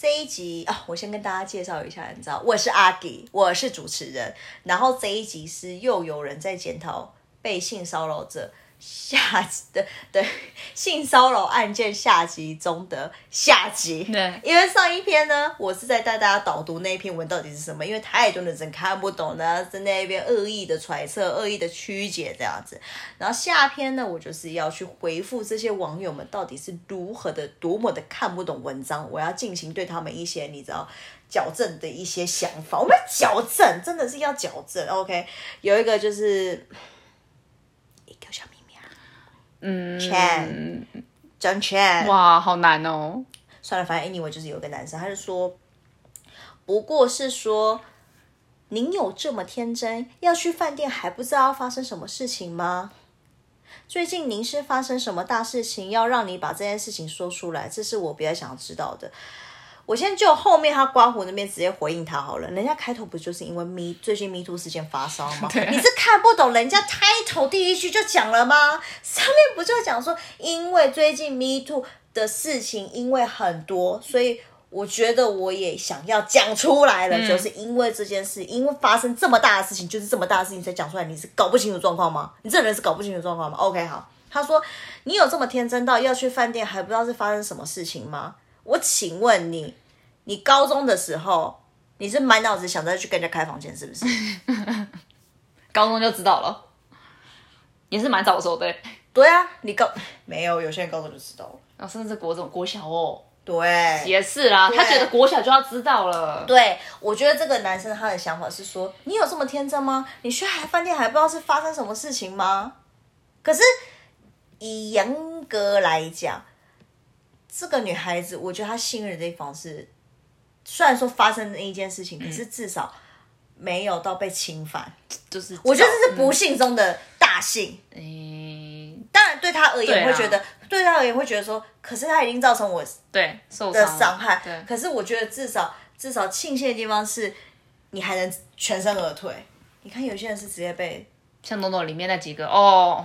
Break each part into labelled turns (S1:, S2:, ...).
S1: 这一集啊、我先跟大家介绍一下，你知道，我是阿迪，我是主持人。然后这一集是又有人在检讨被性骚扰者下 的对性骚扰案件下集中的下集。
S2: 对
S1: 因为上一篇呢，我是在带大家导读那一篇文到底是什么，因为太多人真看不懂呢，在那边恶意的揣测、恶意的曲解这样子。然后下篇呢，我就是要去回复这些网友们到底是如何的、多么的看不懂文章，我要进行对他们一些你知道矫正的一些想法。我们要矫正，真的是要矫正。OK，有一个就是一个小秘密啊，嗯，Chan，张 Chan，
S2: 哇，好难哦。
S1: 算了，反正 anyway 就是有一个男生，他就说，不过是说，您有这么天真，要去饭店还不知道发生什么事情吗？最近您是发生什么大事情，要让你把这件事情说出来？这是我比较想知道的。我先就后面他刮胡那边直接回应他好了，人家开头不就是因为 me 最近 me too 事件发烧吗？
S2: 对
S1: 你是看不懂人家 title 第一句就讲了吗？上面不就讲说，因为最近 me too 的事情因为很多，所以我觉得我也想要讲出来了，就是因为这件事，因为发生这么大的事情，就是这么大的事情才讲出来，你是搞不清楚状况吗？你这人是搞不清楚状况吗？OK，好，他说你有这么天真到要去饭店还不知道是发生什么事情吗？我请问你，你高中的时候你是满脑子想着去跟人家开房间是不 是？
S2: 高中就知道了，也是蛮早熟的欸，
S1: 对啊，你高没有，有些人高中就知道了。
S2: 啊，甚至国中、国小哦，
S1: 对，
S2: 也是啦。
S1: 对
S2: 他觉得国小就要知道了，
S1: 对，我觉得这个男生他的想法是说，你有这么天真吗？你去海饭店还不知道是发生什么事情吗？可是以严格来讲，这个女孩子，我觉得她幸运的地方是，虽然说发生了一件事情，可是至少没有到被侵犯。
S2: 就是知道
S1: 我觉得这是不幸中的大幸。
S2: 嗯，
S1: 当然，对她而
S2: 对
S1: 言
S2: 啊
S1: 会觉得，对她而言会觉得说，可是她已经造成我
S2: 对，受
S1: 的
S2: 伤了
S1: 伤害。
S2: 对，
S1: 可是我觉得至少至少庆幸的地方是，你还能全身而退。你看有些人是直接被，
S2: 像诺诺里面那几个 哦，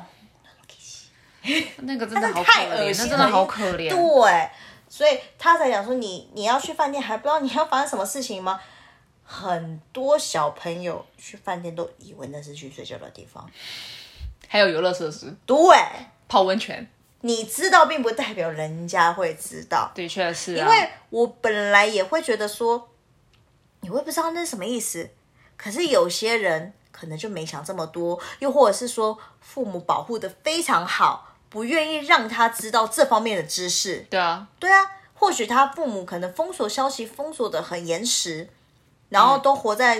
S2: 那个真的好可
S1: 太
S2: 怜，
S1: 恶
S2: 那
S1: 心了，
S2: 真的好可怜。
S1: 对，所以他才讲说你你要去饭店还不知道你要发生什么事情吗？很多小朋友去饭店都以为那是去睡觉的地方。
S2: 还有游乐设施、
S1: 对，
S2: 泡温泉，
S1: 你知道并不代表人家会知道。
S2: 的确是啊，
S1: 因为我本来也会觉得说，你会不知道那是什么意思。可是有些人可能就没想这么多，又或者是说父母保护的非常好，不愿意让他知道这方面的知识。
S2: 对啊，
S1: 对啊，或许他父母可能封锁消息封锁的很严实，然后都活在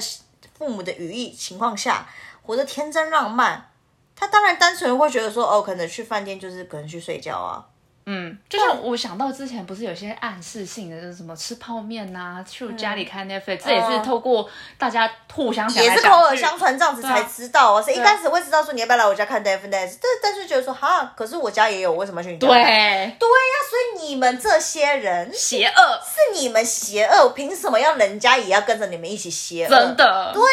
S1: 父母的羽翼情况下，活得天真浪漫。他当然单纯会觉得说，哦，可能去饭店就是可能去睡觉啊，
S2: 嗯，就像我想到之前不是有些暗示性的，就是什么吃泡面呐、去
S1: 嗯
S2: 家里看 Netflix，、这也是透过大家互相讲
S1: 也
S2: 来
S1: 是
S2: 讲去
S1: 口耳相传这样子才
S2: 对啊
S1: 知道啊。谁一
S2: 啊
S1: 开始会知道说你要不要来我家看 d e f i n i t e 但但是觉得说哈，可是我家也有，我为什么要去你家？对呀、
S2: 对
S1: 所以你们这些人是
S2: 邪恶，
S1: 你们邪恶，凭什么要人家也要跟着你们一起邪恶？
S2: 真。的对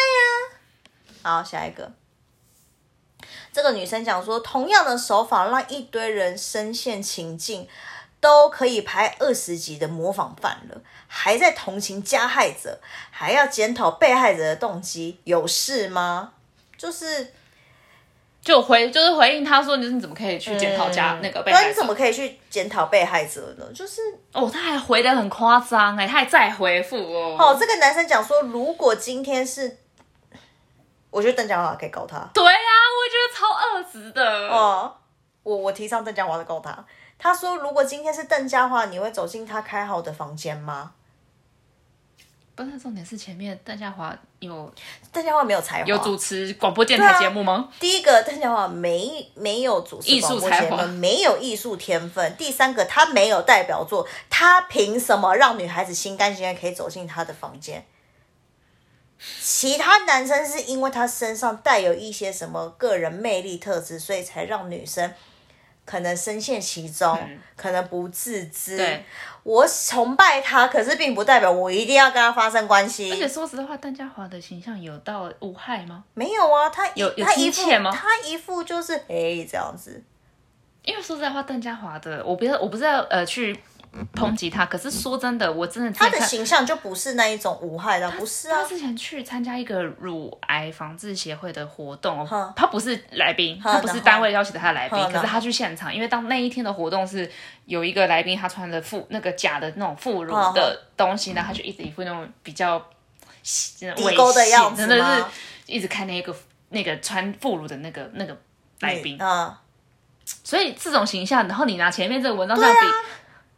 S1: 好，下一个。这个女生讲说，同样的手法让一堆人深陷情境，都可以拍二十集的模仿犯了，还在同情加害者，还要检讨被害者的动机，有事吗？就是
S2: 就回就是回应他说，你你怎么可以去检讨家、那个被害
S1: 那
S2: 者
S1: 嗯你怎么可以去检讨被害者呢？就是
S2: 哦，他还回的很夸张哎，他还再回复哦，
S1: 哦，这个男生讲说，如果今天是，我觉得邓江华可以告他
S2: 对啊，我觉得超恶质的
S1: 哦。我我提倡邓江华的告他。他说，如果今天是邓家华，你会走进他开好的房间吗？
S2: 不是重点是前面邓家华有
S1: 邓家华没有才华，
S2: 有主持广播电台
S1: 啊
S2: 节目吗？
S1: 第一个，邓小华没没有主持
S2: 艺术
S1: 广播
S2: 才
S1: 节目
S2: 华，
S1: 没有艺术天分。第三个，他没有代表作，他凭什么让女孩子心甘情愿可以走进他的房间？其他男生是因为他身上带有一些什么个人魅力特质，所以才让女生可能深陷其中，可能不自知。
S2: 嗯对，
S1: 我崇拜他，可是并不代表我一定要跟他发生关
S2: 而且
S1: 系。
S2: 说实话，邓家华的形象有到无害吗？
S1: 没有啊，他
S2: 有有
S1: 他一
S2: 亲
S1: 副
S2: 切吗
S1: 他一副就是哎、这样子。
S2: 因为说实在话，邓家华的我不要，我不是要呃去抨击他，可是说真的，我真的
S1: 他
S2: 他
S1: 的啊形象就不是那一种无害的，不是啊
S2: 他，之前去参加一个乳癌防治协会的活动
S1: 哼，
S2: 他不是来宾，
S1: 哼
S2: 他不是单位邀请他的来宾
S1: 哼，哼
S2: 可是他去现场，因为当那一天的活动是有一个来宾，他穿的副那个假的那种副乳
S1: 哼
S2: 的东西，然后他就一直一副那种比较
S1: 低
S2: 低
S1: 沟的样子
S2: 真的是
S1: 吗嗯
S2: 一直看那个那个穿副乳的那个那个来宾，
S1: 嗯，
S2: 所以这种形象，然后你拿前面这个文章上比，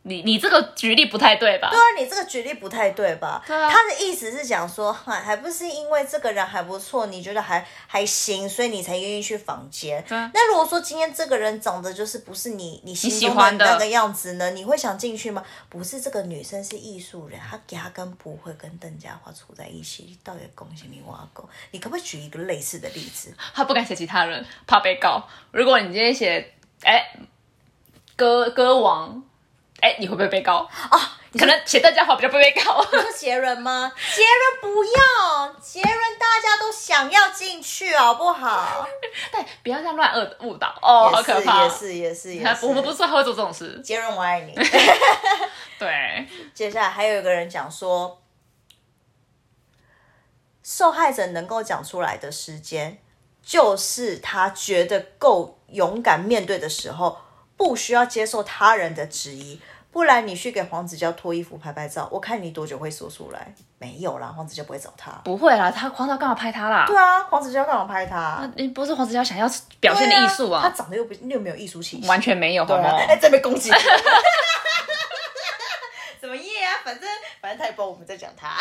S2: 你你这个举例不太对吧？
S1: 啊对啊，你这个举例不太对吧？
S2: 对啊
S1: 他的意思是讲说，还还不是因为这个人还不错，你觉得还还行，所以你才愿意去房间。
S2: 对啊
S1: 那如果说今天这个人长得就是不是你你心
S2: 喜
S1: 中
S2: 欢的
S1: 那个样子呢，你会想进去吗？不是这个女生是艺术人，她她跟不会跟邓家华处在一起，到底恭喜你挖狗？你可不可以举一个类似的例子？
S2: 他不敢写其他人，怕被告。如果你今天写哎、歌歌王，哎、你会不会被告？
S1: 哦，
S2: 可能写邓家华比较不会被告。
S1: 你说杰伦吗？杰伦不要，杰伦大家都想要进去，好不好？
S2: 对，不要这样乱恶误导哦，好可怕。
S1: 也是也是也是也
S2: 他
S1: 是，
S2: 我们不是说他会做这种事，
S1: 杰伦，我爱你。
S2: 对，
S1: 接下来还有一个人讲说，受害者能够讲出来的时间，就是他觉得够勇敢面对的时候，不需要接受他人的质疑。不然你去给黄子佼脱衣服拍拍照，我看你多久会说出来？没有啦，黄子佼不会找他。
S2: 不会啦，他黄导干嘛拍他啦？
S1: 对啊，黄子佼干嘛拍他、啊？
S2: 你不是黄子佼想要表现的艺术
S1: 他
S2: 啊，
S1: 长得又不又没有艺术气息，
S2: 完全没有，好
S1: 对
S2: 吗
S1: 啊？哎、这边攻 击。怎么耶啊？反正反正他也不知道我们在讲他。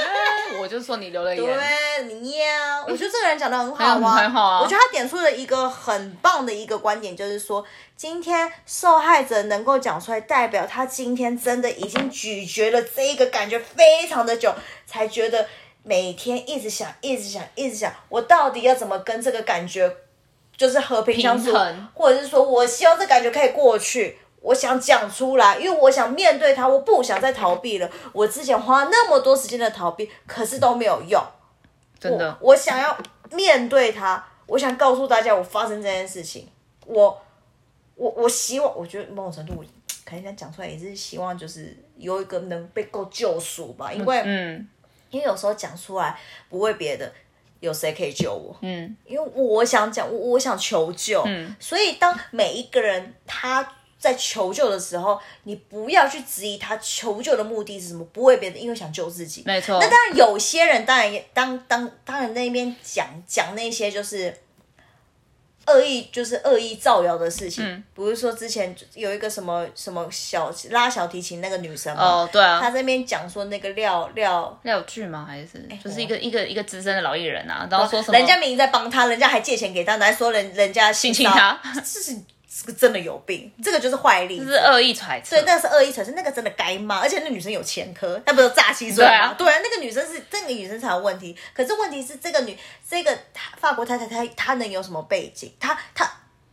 S2: 我就说你留了言，
S1: 对，你耶啊！我觉得这个人讲的很好
S2: 很
S1: 啊，
S2: 很好啊
S1: 我觉得他点出了一个很棒的一个观点，就是说，今天受害者能够讲出来，代表他今天真的已经咀嚼了这一个感觉非常的久，才觉得每天一直想，一直想，一直想，我到底要怎么跟这个感觉就是和平相处
S2: 平衡，
S1: 或者是说我希望这感觉可以过去。我想讲出来，因为我想面对它，我不想再逃避了。我之前花那么多时间的逃避，可是都没有用。
S2: 真的。
S1: 我想要面对它，我想告诉大家我发生这件事情，我我我希望，我觉得某种程度我可能想讲出来也是希望，就是有一个能被够救赎吧，因为、
S2: 嗯
S1: 因为有时候讲出来不为别的，有谁可以救我？
S2: 嗯，
S1: 因为我想讲，我我想求救，所以当每一个人他。在求救的时候，你不要去质疑他求救的目的是什么，不为别的，因为想救自己。
S2: 没错
S1: 那。当然，有些人当然也当当当然那边讲讲那些就是恶意，就是恶意造谣的事情。
S2: 嗯
S1: 不是说之前有一个什么什么小拉小提琴那个女生嘛，
S2: 哦，对啊，
S1: 她在那边讲说那个廖廖。
S2: 廖剧吗？还是就是
S1: 我
S2: 一个一个一个资深的老艺人啊，然后说什么
S1: 人家明明在帮他，人家还借钱给他，还说人人家性
S2: 性侵他，
S1: 这是这个真的有病，这个就是坏例
S2: 就
S1: 子
S2: 是恶意揣测
S1: 对，，那个是恶意传生，那个真的该骂，而且那女生有前科，那不是诈欺罪
S2: 对
S1: 吗
S2: 啊？
S1: 对啊，那个女生是那个女生才有问题。可是问题是，这个女这个她法国太太她她能有什么背景？她她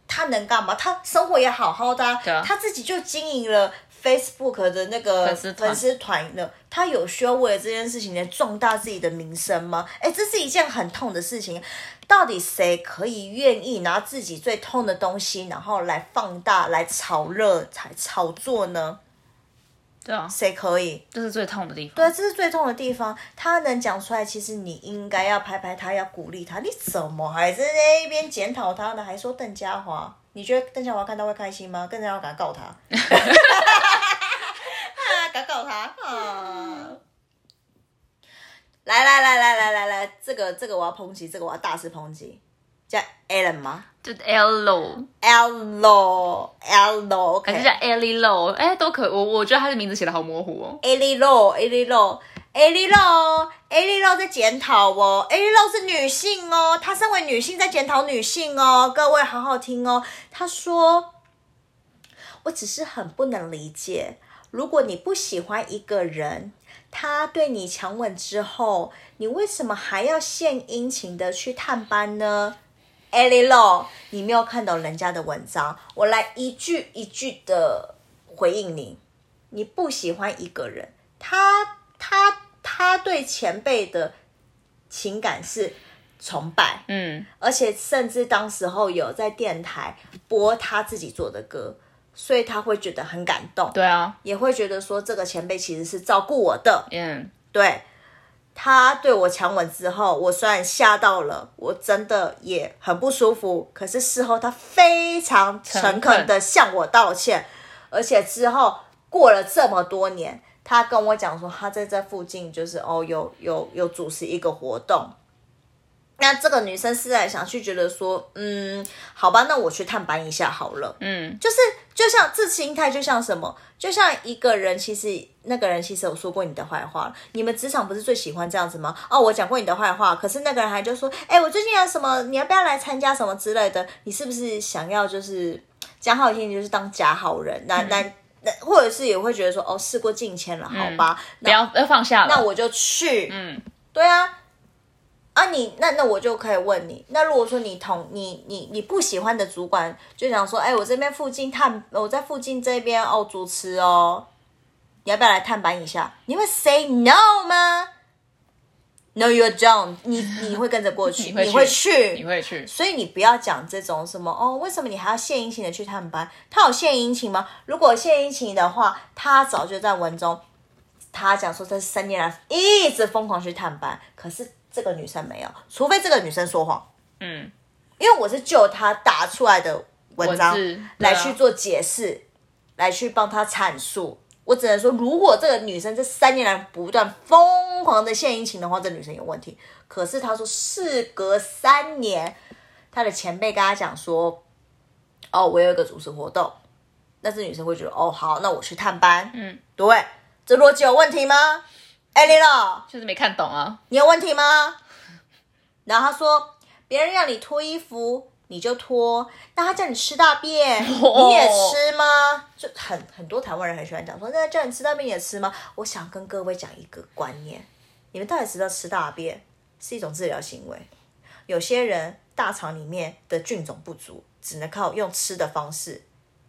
S1: 她能干嘛？她生活也好好的、啊
S2: 对啊
S1: 她自己就经营了 Facebook 的那个
S2: 粉丝团
S1: 呃粉丝团呢，她有需要为了这件事情来壮大自己的名声吗？哎，这是一件很痛的事情。到底谁可以愿意拿自己最痛的东西，然后来放大、来炒热、才炒作呢？
S2: 对啊，
S1: 谁可以？
S2: 这是最痛的地方。
S1: 对，这是最痛的地方。他能讲出来，其实你应该要拍拍他，要鼓励他。你怎么还在那边检讨他呢？还说邓家华？你觉得邓家华看到会开心吗？更加要敢告他， 啊，敢告他啊！来来来来来来来，这个这个我要抨击，这个我要大肆抨击，叫 Alan 吗
S2: 就 L Low
S1: ？L L L，
S2: 还是叫 Ellie Low，哎，都可我我觉得他的名字写的好模糊哦。
S1: A 利肉，A 利肉，A 利肉，A 利肉在检讨哦，A 利肉是女性哦，她身为女性在检讨女性哦，各位好好听哦。她说：“我只是很不能理解，如果你不喜欢一个人，他对你强吻之后，你为什么还要献殷勤的去探班呢？” A 利肉，你没有看懂人家的文章，我来一句一句的回应你。你不喜欢一个人，他他他对前辈的情感是崇拜，
S2: 嗯，
S1: 而且甚至当时候有在电台播他自己做的歌，所以他会觉得很感动，
S2: 对啊，
S1: 也会觉得说这个前辈其实是照顾我的。
S2: 嗯，
S1: 对，他对我强吻之后，我虽然吓到了，我真的也很不舒服，可是事后他非常诚恳的向我道歉，而且之后过了这么多年。他跟我讲说，他在这附近就是哦，有有有主持一个活动，那这个女生思来想去，觉得说，嗯，好吧，那我去探班一下好了。
S2: 嗯，
S1: 就是就像这心态，就像什么，就像一个人，其实那个人其实有说过你的坏话。你们职场不是最喜欢这样子吗？哦，我讲过你的坏话，可是那个人还就说，哎、我最近有什么，你要不要来参加什么之类的？啊你是不是想要就是讲好听，就是当假好人？那那。那或者是也会觉得说，哦，事过境迁了，好吧，
S2: 不要要放下了。
S1: 那我就去。
S2: 嗯，
S1: 对啊，啊你那那我就可以问你，那如果说你同你你你不喜欢的主管就想说，哎、我这边附近探，我在附近这边哦主持哦，你要不要来探班一下？你会 say no 吗？No, you don't 你。你会跟着过去，
S2: 你会去
S1: 去，
S2: 你会去？
S1: 所以你不要讲这种什么哦，为什么你还要献殷勤的去探班？他有献殷勤吗？如果有献殷勤的话，他早就在文中，他讲说这三年来一直疯狂去探班，可是这个女生没有，除非这个女生说谎，
S2: 嗯，
S1: 因为我是就他打出来的文章
S2: 文字对啊
S1: 来去做解释，来去帮他阐述。我只能说，如果这个女生这三年来不断疯狂的献殷勤的话，这女生有问题。可是他说，事隔三年，他的前辈跟他讲说，哦，我有一个主持活动，那这女生会觉得，哦，好，那我去探班。
S2: 嗯，
S1: 对，这逻辑有问题吗？艾丽乐，
S2: 就是没看懂啊。
S1: 你有问题吗？然后他说，别人让你脱衣服，你就脱；那他叫你吃大便，
S2: 哦
S1: 你也吃吗？就很很多台湾人很喜欢讲说，那叫你吃大便也吃吗？我想跟各位讲一个观念，你们到底知不知道吃大便是一种治疗行为？有些人大肠里面的菌种不足，只能靠用吃的方式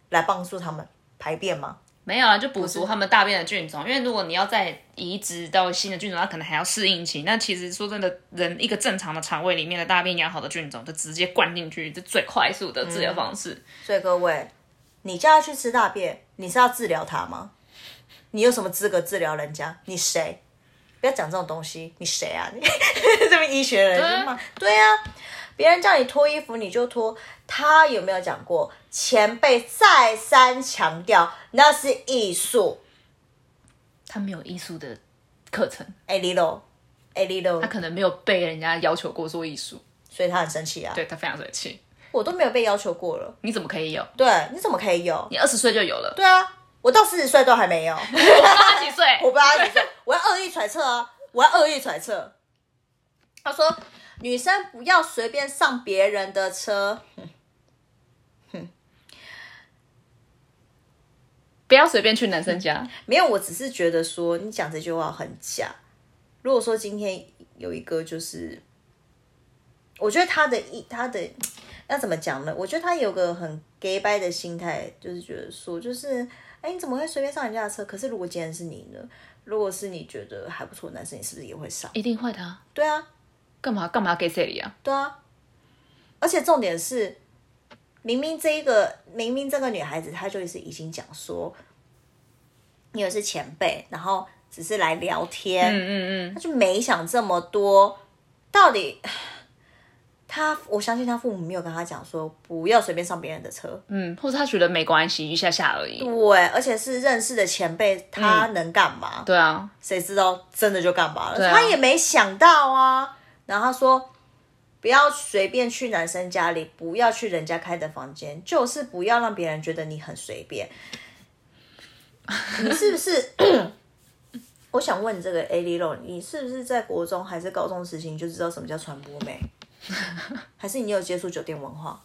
S1: 来帮助他们排便吗？
S2: 没有啊，就补足他们大便的菌种，因为如果你要再移植到新的菌种，它可能还要适应期。那其实说真的，人一个正常的肠胃里面的大便养好的菌种，就直接灌进去，这最快速的治疗方式。
S1: 所以各位，你叫他去吃大便，你是要治疗他吗？你有什么资格治疗人家？你谁？不要讲这种东西，你谁啊？你 这么医学人
S2: 啊
S1: 就骂对呀、啊，别人叫你脱衣服你就脱，他有没有讲过？前辈再三强调那是艺术。
S2: 他没有艺术的课程，
S1: 哎，Lilo，哎
S2: 他
S1: ，Lilo，
S2: 可能没有被人家要求过做艺术，
S1: 所以他很生气啊。
S2: 对他非常生气。
S1: 我都没有被要求过了，
S2: 你怎么可以有？
S1: 对，你怎么可以有？
S2: 你二十岁就有 了，
S1: 对啊，我到四十岁都还没有。
S2: 八十几岁？
S1: 我不要你说，我要恶意揣测啊，我要恶意揣测。他说女生不要随便上别人的车，
S2: 不要随便去男生家。
S1: 没有，我只是觉得说你讲这句话很假。如果说今天有一个就是，我觉得他的一他的要怎么讲呢？我觉得他有个很 gay 掰的心态，就是觉得说就是，哎，你怎么会随便上人家的车？可是如果今天是你呢？如果是你觉得还不错的男生，你是不是也会上？
S2: 一定会的、啊。
S1: 对啊，
S2: 干嘛干嘛给这里啊？
S1: 对啊，而且重点是，明明这一个明明这个女孩子，她就是已经讲说，你也是前辈，然后只是来聊天，
S2: 嗯嗯嗯，
S1: 她就没想这么多。到底 她，我相信她父母没有跟她讲说不要随便上别人的车，
S2: 嗯，或者他觉得没关系，一下下而已。
S1: 对，而且是认识的前辈，她
S2: 嗯
S1: 能干嘛？
S2: 对啊，
S1: 谁知道真的就干嘛了？
S2: 对啊
S1: 他也没想到啊。然后他说，不要随便去男生家里，不要去人家开的房间，就是不要让别人觉得你很随便。你是不是？ 我想问你这个 A 丽肉，你是不是在国中还是高中时期你就知道什么叫传播 美？还是你有接触酒店文化？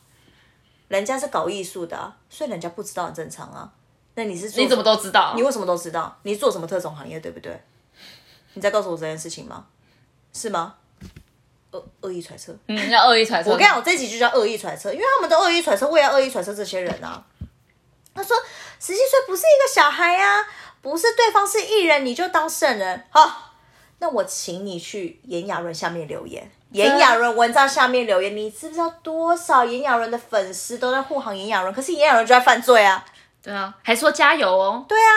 S1: 人家是搞艺术的、啊，所以人家不知道很正常啊。那你是做
S2: 你怎么都知道？
S1: 你为什么都知道？你做什么特种行业，对不对？你在告诉我这件事情吗？是吗？恶恶意揣测。
S2: 嗯，人家恶意揣测。
S1: 我跟你讲，我这集就叫恶意揣测，因为他们都恶意揣测，我也要恶意揣测这些人啊。他说十七岁不是一个小孩呀、啊，不是对方是艺人你就当圣人。好，那我请你去炎亚纶下面留言，炎亚纶文章下面留言，你知不知道多少炎亚纶的粉丝都在护航炎亚纶？可是炎亚纶就在犯罪啊。
S2: 对啊，还说加油哦。
S1: 对啊，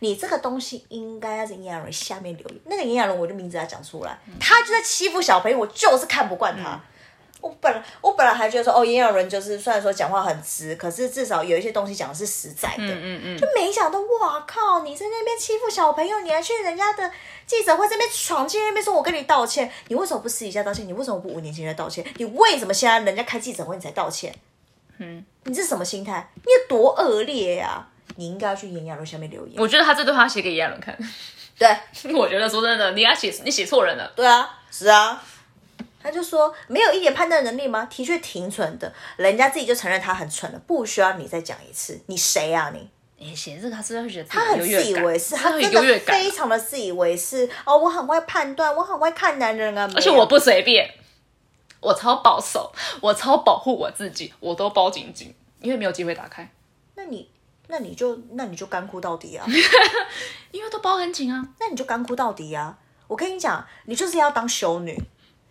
S1: 你这个东西应该要在炎亚纶下面留言。那个炎亚纶，我就名字要讲出来，他就在欺负小朋友，我就是看不惯他。
S2: 嗯
S1: 我本来我本来还觉得说，哦，炎亚纶就是虽然说讲话很直，可是至少有一些东西讲的是实在的。
S2: 嗯嗯
S1: 就没想到，哇靠！你在那边欺负小朋友，你还去人家的记者会这边闯进那边说我跟你道歉，你为什么不私底下道歉？你为什么不五年前就道歉？你为什么现在人家开记者会你才道歉？
S2: 嗯，
S1: 你这是什么心态？你有多恶劣呀、你应该要去炎亚纶下面留言。
S2: 我觉得他这对话写给炎亚纶看，
S1: 对
S2: 我觉得说真的，你要写你写错人了。
S1: 对啊，是啊。他就说没有一点判断能力吗？的确挺蠢的，人家自己就承认他很蠢了，不需要你再讲一次。你谁啊你？
S2: 哎，写这个他是会觉得
S1: 他
S2: 他
S1: 很自以为是，他真
S2: 很优越
S1: 的
S2: 感，
S1: 非常的自以为是哦，我很会判断，我很会看男人啊，
S2: 而且
S1: 没有
S2: 我不随便，我超保守，我超保护我自己，我都包紧紧，因为没有机会打开，
S1: 那你那你就那你就干枯到底啊，
S2: 因为都包很紧啊。
S1: 那你就干枯到底啊！我跟你讲，你就是要当修女，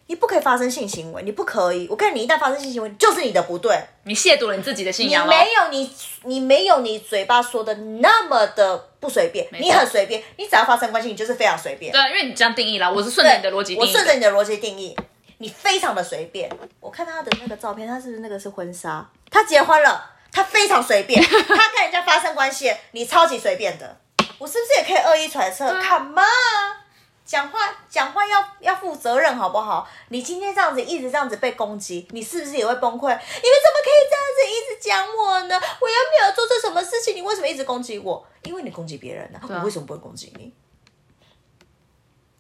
S1: 你不可以发生性行为，你不可以。我告诉你，你一旦发生性行为，就是你的不对，
S2: 你亵渎了你自己的信
S1: 你
S2: 仰
S1: 没
S2: 了。
S1: 有你你没有你嘴巴说的那么的不随便，
S2: 没错
S1: 你很随便，你只要发生关系，你就是非常随便
S2: 对。啊，因为你这样定义啦，我是顺着
S1: 对，
S2: 你的逻辑定
S1: 我
S2: 义
S1: 顺
S2: 的。
S1: 着你的逻辑定义，你非常的随便。我看他的那个照片，他是不是那个是婚纱？他结婚了，他非常随 便，他跟人家发生关系，你超级随便的。我是不是也可以恶意揣测
S2: 啊
S1: ？Come on，讲话讲话要要负责任好不好？你今天这样子一直这样子被攻击，你是不是也会崩溃？你们怎么可以这样子一直讲我呢？我又没有做错什么事情，你为什么一直攻击我？因为你攻击别人呢、
S2: 啊
S1: 我为什么不会攻击你？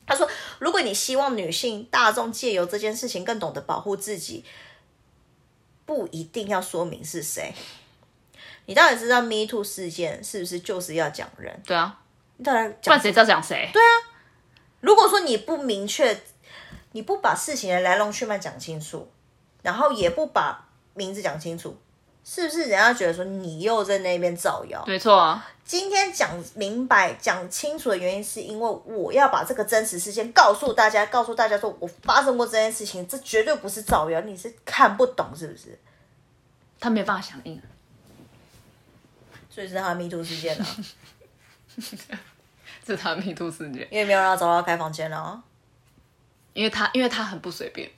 S1: 他说，如果你希望女性大众借由这件事情更懂得保护自己，不一定要说明是谁。你当然知道 Me Too 事件是不是就是要讲人？
S2: 对啊，
S1: 你当然
S2: 不
S1: 讲
S2: 然谁知道讲谁？对，
S1: 如果说你不明确，你不把事情的来龙去脉讲清楚，然后也不把名字讲清楚，是不是人家觉得说你又在那边造谣？
S2: 没错啊。
S1: 今天讲明白、讲清楚的原因，是因为我要把这个真实事件告诉大家，告诉大家说我发生过这件事情，这绝对不是造谣，你是看不懂是不是？
S2: 他没办法响应，啊
S1: 所以是他的迷途事件啊，
S2: 这是他的迷途事 件，
S1: 因为没有让他找到开房间啊，
S2: 因为他因为他很不随便，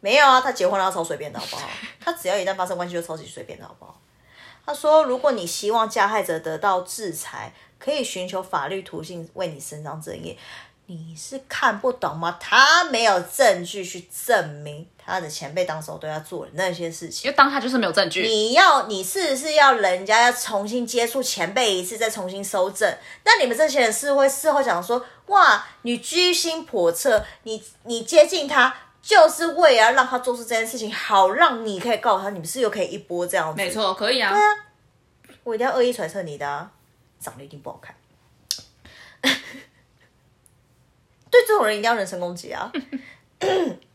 S1: 没有啊，他结婚了要超随便的好不好？他只要一旦发生关系就超级随便的好不好？他说，如果你希望加害者得到制裁，可以寻求法律途径为你伸张正义。你是看不懂吗？他没有证据去证明他的前辈当时候对他做的那些事情。
S2: 因为当他就是没有证据。
S1: 你要你是不是要人家要重新接触前辈一次，再重新收证？那你们这些人是会事后讲说，哇，你居心叵测，你你接近他就是为了要让他做出这件事情，好让你可以告他，你们是又可以一波这样子。
S2: 没，错，可以啊。
S1: 我一定要恶意揣测你的、啊，长得一定不好看。 对这种人一定要人身攻击啊！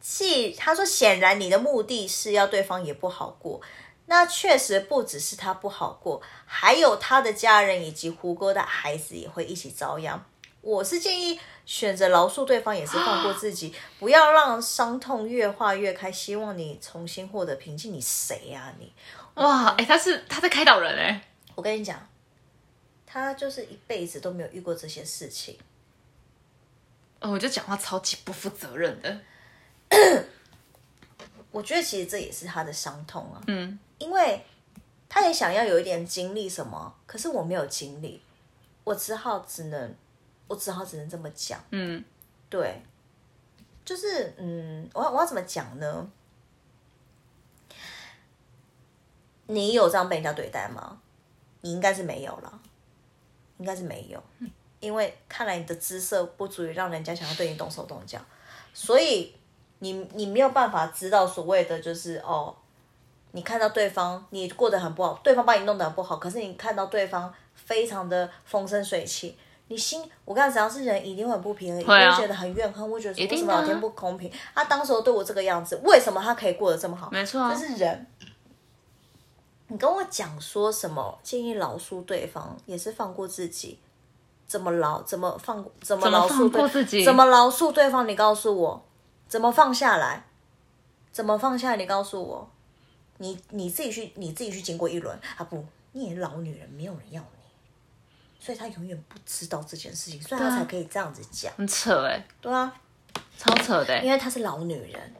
S1: 既他说，显然你的目的是要对方也不好过，那确实不只是他不好过，还有他的家人以及胡歌的孩子也会一起遭殃。我是建议选择饶恕对方，也是放过自己，不要让伤痛越化越开。希望你重新获得平静。你谁呀、你？
S2: 哇，哎、他是他在开导人哎、
S1: 我跟你讲，他就是一辈子都没有遇过这些事情。
S2: 哦我就讲话超级不负责任的。
S1: 我觉得其实这也是他的伤痛啊，
S2: 嗯，
S1: 因为他也想要有一点经历什么，可是我没有经历，我只好只能，我只好只能这么讲。
S2: 嗯，
S1: 对，就是嗯，我要我要怎么讲呢？你有这样被人家对待吗？你应该是没有了，应该是没有，
S2: 嗯
S1: 因为看来你的姿色不足以让人家想要对你动手动脚，所以你你没有办法知道所谓的就是哦，你看到对方你过得很不好，对方把你弄得很不好，可是你看到对方非常的风生水起，你心我刚才只要是人一定会很不平衡，一定
S2: 会啊
S1: 会觉得很怨恨，会觉得说为什
S2: 定
S1: 么
S2: 的啊
S1: 老天不公平？他当时候对我这个样子，为什么他可以过得这么好？
S2: 没错啊
S1: 这是人。你跟我讲说什么建议饶恕对方，也是放过自己，怎么饶？怎么放？怎么
S2: 怎么
S1: 饶恕
S2: 放
S1: 对
S2: 过自己
S1: 怎么饶恕对方？你告诉我，怎么放下来？怎么放下来？你告诉我，你你自己去你自己去经过一轮啊不，你也老女人，没有人要你，所以她永远不知道这件事情，所以她
S2: 对啊
S1: 才可以这样子讲，
S2: 很扯哎、
S1: 对啊，
S2: 超扯的、
S1: 因
S2: 欸。
S1: 为她是老女人，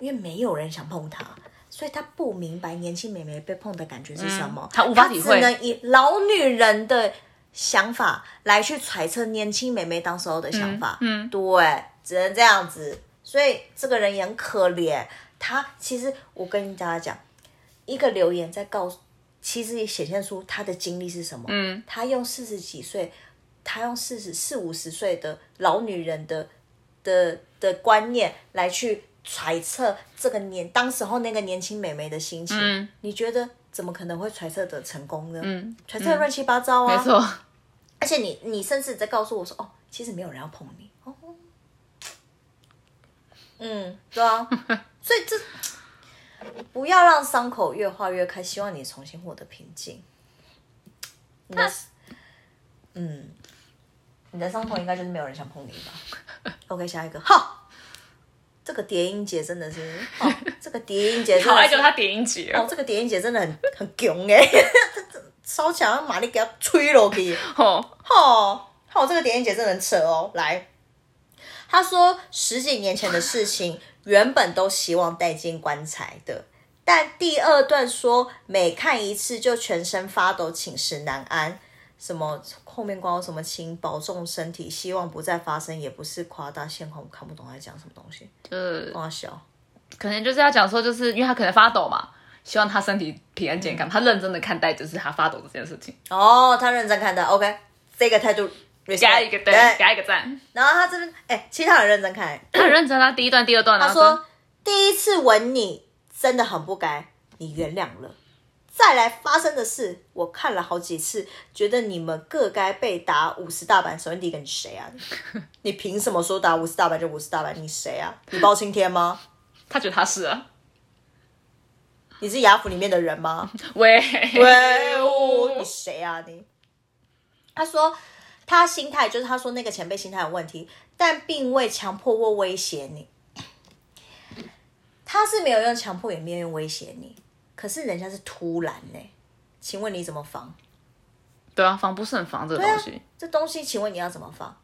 S1: 因为没有人想碰她。所以她不明白年轻美眉被碰的感觉是什么
S2: 嗯，她无法体会
S1: 她只能以老女人的想法来去揣测年轻美眉当时候的想法。
S2: 嗯嗯
S1: 对，只能这样子。所以这个人也很可怜。他其实我跟大家讲，一个留言在告诉，其实也显现出他的经历是什么。
S2: 嗯，
S1: 他用四十几岁，他用四十四五十岁的老女人的的的观念来去揣测这个年当时候那个年轻美眉的心情。
S2: 嗯
S1: 你觉得怎么可能会揣测的成功呢？
S2: 嗯，
S1: 揣测得乱七八糟啊！
S2: 没错，
S1: 而且你你甚至在告诉我说，哦，其实没有人要碰你。哦，嗯，对 啊，所以这不要让伤口越化越开，希望你重新获得平静。你的嗯，你的伤口应该就是没有人想碰你吧 ？OK，下一个，好，这个叠音节真的是，哦，这个叠音节真的是，
S2: 好爱叫他点音节，
S1: 哦，这个叠音节真的很很强 哎、超强，马力给它吹落去。
S2: 哦，
S1: 哦，哦，这个点点姐真的很扯哦。来，他说十几年前的事情，原本都希望带进棺材的，但第二段说每看一次就全身发抖，寝食难安。什么后面关我什么请保重身体，希望不再发生，也不是夸大现况，我看不懂在讲什么东西。
S2: 就是
S1: 哇小，
S2: 可能就是要讲说，就是因为他可能发抖嘛，希望他身体平安健康，他认真的看待就是他发抖这件事 情，
S1: 哦，他认真看待，OK，这个态度
S2: 给他一个
S1: respect，
S2: 对，给他一个赞，
S1: 然后他这边，哎、其实他很认真看、
S2: 他很认真啊，第一段、第二段啊，
S1: 他说：“第一次吻你真的很不该，你原谅了。再来发生的事，我看了好几次，觉得你们各该被打五十大板。首先第一个，你谁啊？你凭什么说打五十大板就五十大板？你谁啊？你包青天吗？
S2: 他觉得他是啊，
S1: 你是雅虎里面的人吗？
S2: 喂
S1: 喂，哦你谁啊你？他说他心态就是他说那个前辈心态有问题，但并未强迫或威胁你。他是没有用强迫，也没有用威胁你，可是人家是突然呢、请问你怎么防？
S2: 对啊，防不胜防这个东西，
S1: 这东西，请问你要怎么放？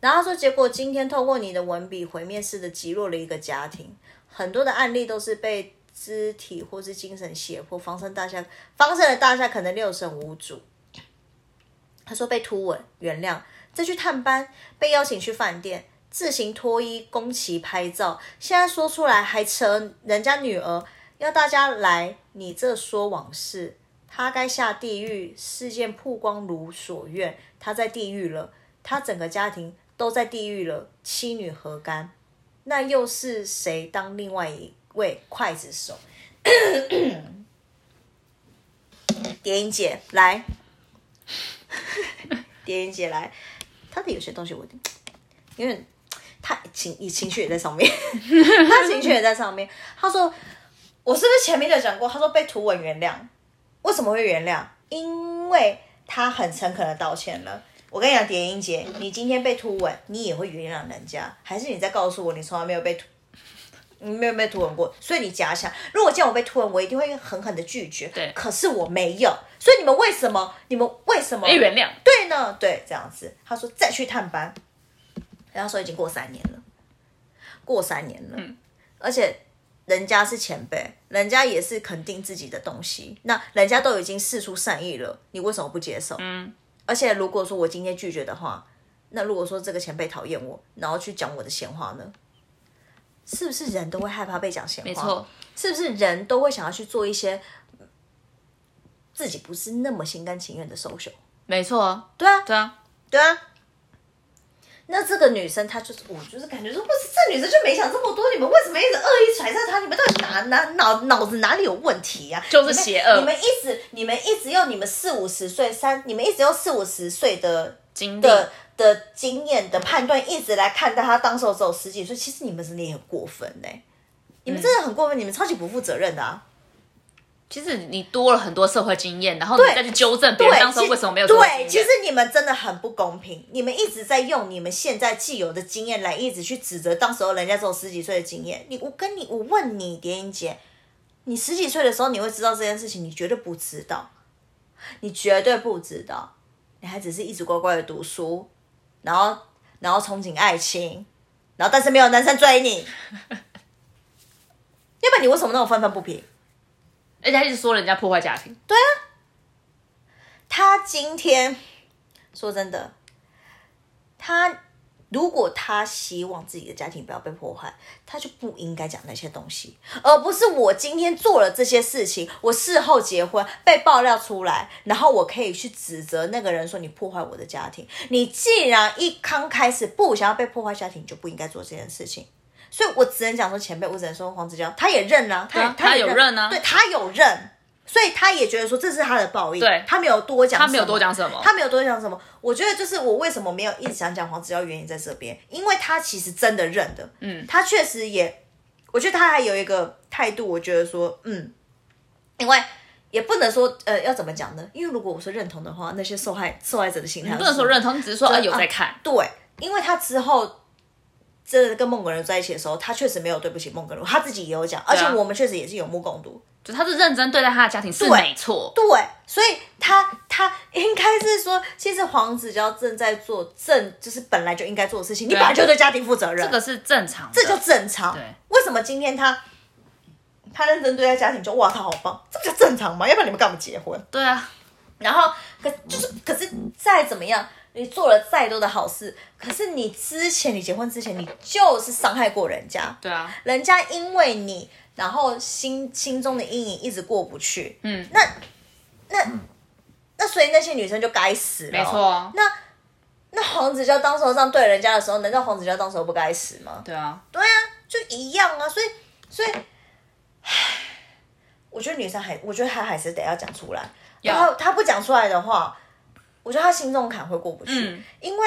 S1: 然后他说，结果今天透过你的文笔，毁灭式的击落了一个家庭，很多的案例都是被肢体或是精神胁迫，防身大厦，防身的大厦可能六神无主。他说被突吻，原谅，再去探班，被邀请去饭店，自行脱衣，宫崎拍照，现在说出来还扯人家女儿，要大家来你这说往事，他该下地狱。事件曝光如所愿，他在地狱了，他整个家庭都在地狱了，妻女何干？那又是谁当另外一位刽子手？ 蝶影姐来，蝶影姐来，她的有些东西我有点，她情你情绪也在上面， 她情绪也在上面。她说，我是不是前面就讲过？她说被图文原谅，为什么会原谅？因为他很诚恳的道歉了。我跟你讲，蝶英姐，你今天被突吻，你也会原谅人家，还是你在告诉我你从来没有被突，你 没有被突吻过？所以你假想，如果叫我被突吻，我一定会狠狠的拒绝。
S2: 对
S1: 可是我没有，所以你们为什么？你们为什么？
S2: 被原谅，
S1: 对呢，对，这样子。他说再去探班，然后说已经过三年了，过三年了，
S2: 嗯
S1: 而且人家是前辈，人家也是肯定自己的东西，那人家都已经试出善意了，你为什么不接受？
S2: 嗯，
S1: 而且如果说我今天拒绝的话，那如果说这个前辈讨厌我，然后去讲我的闲话呢？是不是人都会害怕被讲闲话？
S2: 没错，
S1: 是不是人都会想要去做一些嗯自己不是那么心甘情愿的 social？
S2: 没错啊，
S1: 对啊，
S2: 对啊，
S1: 对啊。那这个女生她就是，我就是感觉说，不是这女生就没想这么多，你们为什么一直恶意揣测她？你们到底哪哪脑脑子哪里有问题呀、
S2: 就是邪恶
S1: 你们你们一直你们一直用你们四五十岁三，你们一直用四五十岁的
S2: 经历
S1: 的的经验的判断，一直来看待她当时候只有十几岁，其实你们真的也很过分呢、你
S2: 嗯
S1: 们真的很过分，你们超级不负责任的啊！
S2: 其实你多了很多社会经验，然后你再去纠正别人
S1: 对，
S2: 当时
S1: 其
S2: 为什么没有社会经
S1: 对，
S2: 验
S1: 其实你们真的很不公平，你们一直在用你们现在既有的经验来一直去指责当时候人家只有十几岁的经验。你我跟你我问你，蝶英姐，你十几岁的时候，你会知道这件事情，你绝对不知道，你绝对不知道，你还只是一直乖乖的读书，然后然后憧憬爱情，然后但是没有男生追你， 要不然你为什么那么愤愤不平？
S2: 而且他一直说人家破坏家庭，
S1: 他今天说真的，他如果他希望自己的家庭不要被破坏，他就不应该讲那些东西，而不是我今天做了这些事情，我事后结婚被爆料出来，然后我可以去指责那个人说你破坏我的家庭。你既然一刚开始不想要被破坏家庭，你就不应该做这件事情。所以我只能讲说前辈，我只能说黄子佼，他也认了、他也、
S2: 对啊他
S1: 也
S2: 有认啊
S1: 对他有认。所以他也觉得说这是他的报应，
S2: 对
S1: 他没有多讲什么，
S2: 他没有多讲什么
S1: 他没有多讲什么。我觉得就是我为什么没有一直想讲黄子佼原因在这边，因为他其实真的认的，嗯，他确实也，我觉得他还有一个态度，我觉得说，嗯，因为也不能说呃要怎么讲呢？因为如果我说认同的话，那些受害受害者的心态
S2: 你不能说认同，你只是说啊有在看，
S1: 对，因为他之后真的跟孟格人在一起的时候，他确实没有对不起孟格人，他自己也有讲，而且
S2: 啊
S1: 我们确实也是有目共睹，
S2: 就他是认真对待他的家庭是
S1: 对
S2: 没错，
S1: 对，所以他他应该是说，其实黄子佼正在做正，就是本来就应该做的事情，你
S2: 啊
S1: 本来就对家庭负责任，
S2: 这个是正常的，
S1: 这就正常。
S2: 对
S1: 为什么今天他他认真对待家庭就，哇，他好棒，这不叫正常吗？要不然你们干嘛结婚？
S2: 对啊，
S1: 然后可就是可是再怎么样，你做了再多的好事，可是你之前你结婚之前，你就是伤害过人家，
S2: 对啊，
S1: 人家因为你，然后心心中的阴影一直过不去。
S2: 嗯，
S1: 那那那所以那些女生就该死了。
S2: 没错啊
S1: 那那黄子佼当时候这样对人家的时候，难道黄子佼当时候不该死吗？
S2: 对啊，
S1: 对啊，就一样啊。所以所以，唉，我觉得女生还，我觉得她还是得要讲出来。
S2: 要
S1: 然后她不讲出来的话，我觉得她心中坎会过不去，
S2: 嗯
S1: 因为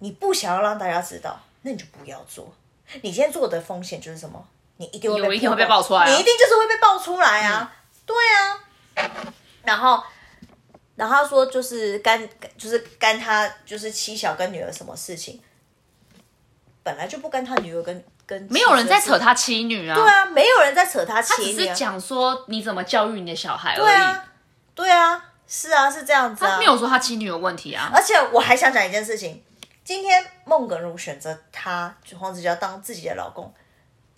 S1: 你不想要让大家知道，那你就不要做。你今天做的风险就是什么？你一定会被
S2: 有一天会被爆出来啊嗯
S1: 你一定就是会被爆出来啊！对啊，然后。然后他说就是干就是干他就是妻小跟女儿什么事情，本来就不干他女儿跟跟
S2: 没有人在扯
S1: 他，
S2: 他妻女啊，
S1: 对啊，没有人在扯他
S2: 他只
S1: 妻女
S2: 是
S1: 啊，
S2: 讲说你怎么教育你的小孩而
S1: 对
S2: 已，
S1: 啊，对啊，是啊，是这样子啊，
S2: 他没有说他妻女有问题啊，
S1: 而且我还想讲一件事情，今天孟耿如选择他就黄子佼当自己的老公，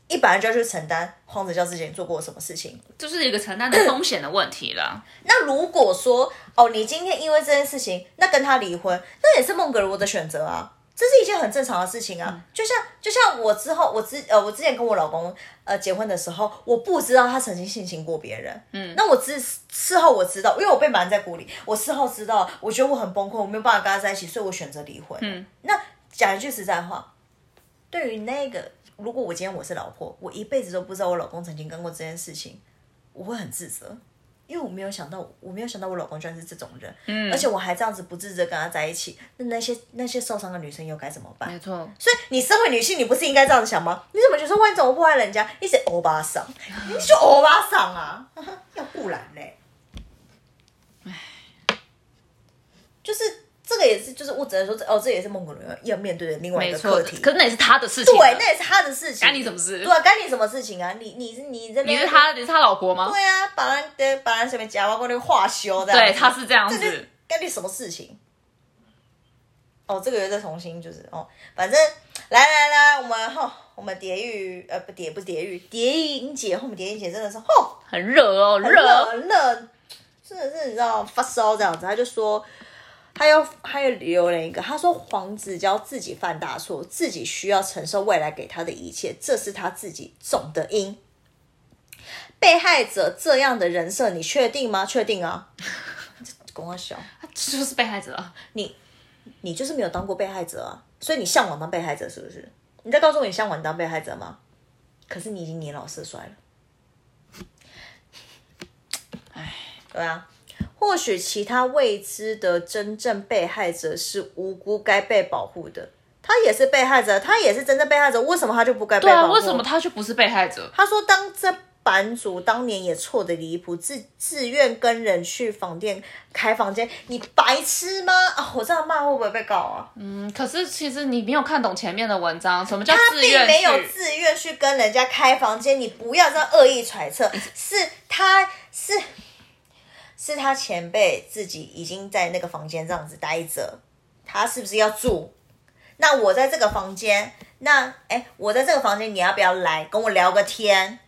S1: 一本来就要去承担黄子佼之前做过什么事情。
S2: 就是一个承担的风险的问题了。
S1: 那如果说哦，你今天因为这件事情，那跟他离婚，那也是孟格如的选择啊，这是一件很正常的事情啊。就像就像我之后，我之呃，我之前跟我老公呃结婚的时候，我不知道他曾经性侵过别人，嗯，那我之事后我知道，因为我被瞒在鼓里，我事后知道，我觉得我很崩溃，我没有办法跟他在一起，所以我选择离婚。嗯，那讲一句实在话，对于那个，如果我今天我是老婆，我一辈子都不知道我老公曾经干过这件事情，我会很自责。因为我没有想到，我没有想到我老公居然是这种人，嗯，而且我还这样子不自责跟他在一起，那那些那些受伤的女生又该怎么办？
S2: 没错，
S1: 所以你身为女性，你不是应该这样子想吗？你怎么觉得万种破坏人家？你是欧巴桑，你就欧巴桑啊， 要不然嘞，就是这个也是，就是我只能说这哦，这也是孟古人要面对的另外一
S2: 没
S1: 个
S2: 错
S1: 课，题。
S2: 可是那也是他的事情啊。
S1: 对，那也是他的事情，
S2: 干你什么事
S1: 对啊，干你什么事情啊？你你是你这
S2: 你
S1: 边
S2: 是他，你是他老婆吗？
S1: 对啊，把人对把人什么夹娃过那个化修的，
S2: 对，他是这样
S1: 这就
S2: 子。
S1: 干你什么事情？哦，这个又再重新就是哦，反正来来来，我们吼、我们蝶玉呃不蝶不是蝶玉，蝶英姐，我们蝶英姐真的是吼、
S2: 很热哦，
S1: 很热
S2: 热。
S1: 很热，真的是你知道发烧这样子，他就说。他又他又留了一个，他说黄子佼自己犯大错，自己需要承受未来给他的一切，这是他自己种的因。被害者这样的人设，你确定吗？确定啊！公阿小，
S2: 他就是被害者啊，
S1: 你就是没有当过被害者啊，所以你向往当被害者是不是？你在告诉我你向往当被害者吗？可是你已经年老色衰了。唉，对啊，或许其他未知的真正被害者是无辜该被保护的，他也是被害者，他也是真正被害者，为什么他就不该被
S2: 对
S1: 保
S2: 啊，
S1: 护？
S2: 为什么他就不是被害者？
S1: 他说，当这版主当年也错的离谱，自自愿跟人去房店开房间，你白痴吗？啊，我这样骂会不会被告啊？
S2: 嗯，可是其实你没有看懂前面的文章，什么叫
S1: 他
S2: 自
S1: 并
S2: 愿
S1: 没有
S2: 去
S1: 自愿去跟人家开房间，你不要这样恶意揣测，是他是是他前辈自己已经在那个房间这样子待着，他是不是要住？那我在这个房间，那哎，我在这个房间，你要不要来跟我聊个天？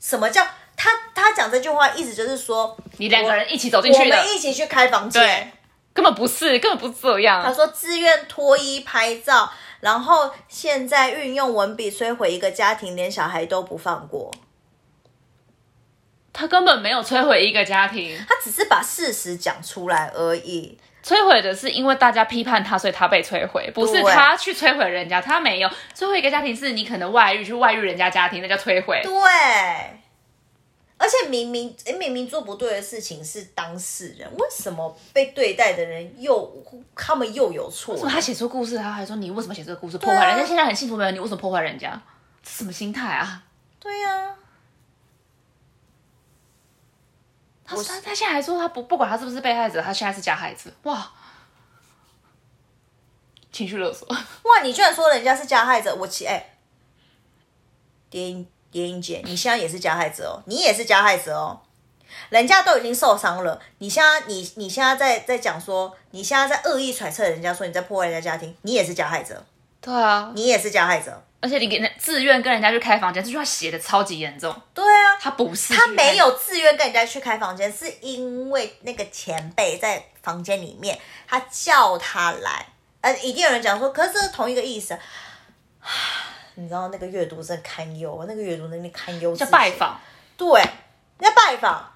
S1: 什么叫他他讲这句话，意思就是说
S2: 你两个人一起走进
S1: 我
S2: 去的
S1: 们，一起去开房间
S2: 对。根本不是，根本不是这
S1: 他
S2: 样。
S1: 说自愿脱衣拍照，然后现在运用文笔摧毁一个家庭，连小孩都不放过。
S2: 他根本没有摧毁一个家庭，
S1: 他只是把事实讲出来而已。
S2: 摧毁的是因为大家批判他，所以他被摧毁，不是
S1: 对
S2: 他去摧毁人家，他没有摧毁一个家庭，是你可能外遇去外遇人家家庭，那叫摧毁
S1: 对。，而且明明诶明明做不对的事情是当事人，为什么被对待的人又他们又有错呢？
S2: 为什么他写出故事，他还说你为什么写这个故事
S1: 啊
S2: 破坏人家？现在很幸福没有，你为什么破坏人家？这什么心态啊？
S1: 对呀、啊，
S2: 他他他现在还说他不不管他是不是被害者，他现在是加害者，哇！情绪勒索，
S1: 哇！你居然说人家是加害者，我其哎，蝶音蝶音姐，你现在也是加害者哦，你也是加害者哦。人家都已经受伤了，你现在你你现在在在讲说，你现在在恶意揣测人家说你在破坏人家家庭，你也是加害者，
S2: 对啊，
S1: 你也是加害者。
S2: 而且你给人家自愿跟人家去开房间，这句话写的超级严重，
S1: 对啊，
S2: 他不是
S1: 他没有自愿跟人家去开房间，是因为那个前辈在房间里面，他叫他来。呃，一定有人讲说，可是这是同一个意思。唉你知道那个阅读真堪忧，那个阅读能力堪忧。
S2: 叫拜，访，
S1: 对，那拜访。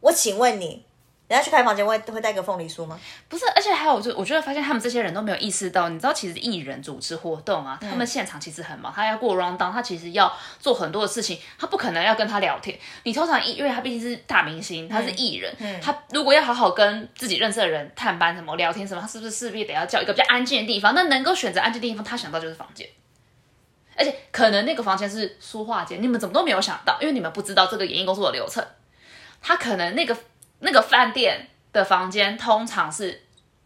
S1: 我请问你，人家去开房间会会带个凤梨酥吗？
S2: 不是，而且还有就我觉得发现他们这些人都没有意识到，你知道其实艺人主持活动啊，他们现场其实很忙，他要过 round down，他其实要做很多的事情，他不可能要跟他聊天。你通常艺，因为他毕竟是大明星，他是艺人，他如果要好好跟自己认识的人探班什么聊天什么，他是不是势必得要叫一个比较安静的地方？那能够选择安静的地方，他想到就是房间。而且可能那个房间是书画间，你们怎么都没有想到，因为你们不知道这个演艺工作的流程。他可能那个那个饭店的房间通常是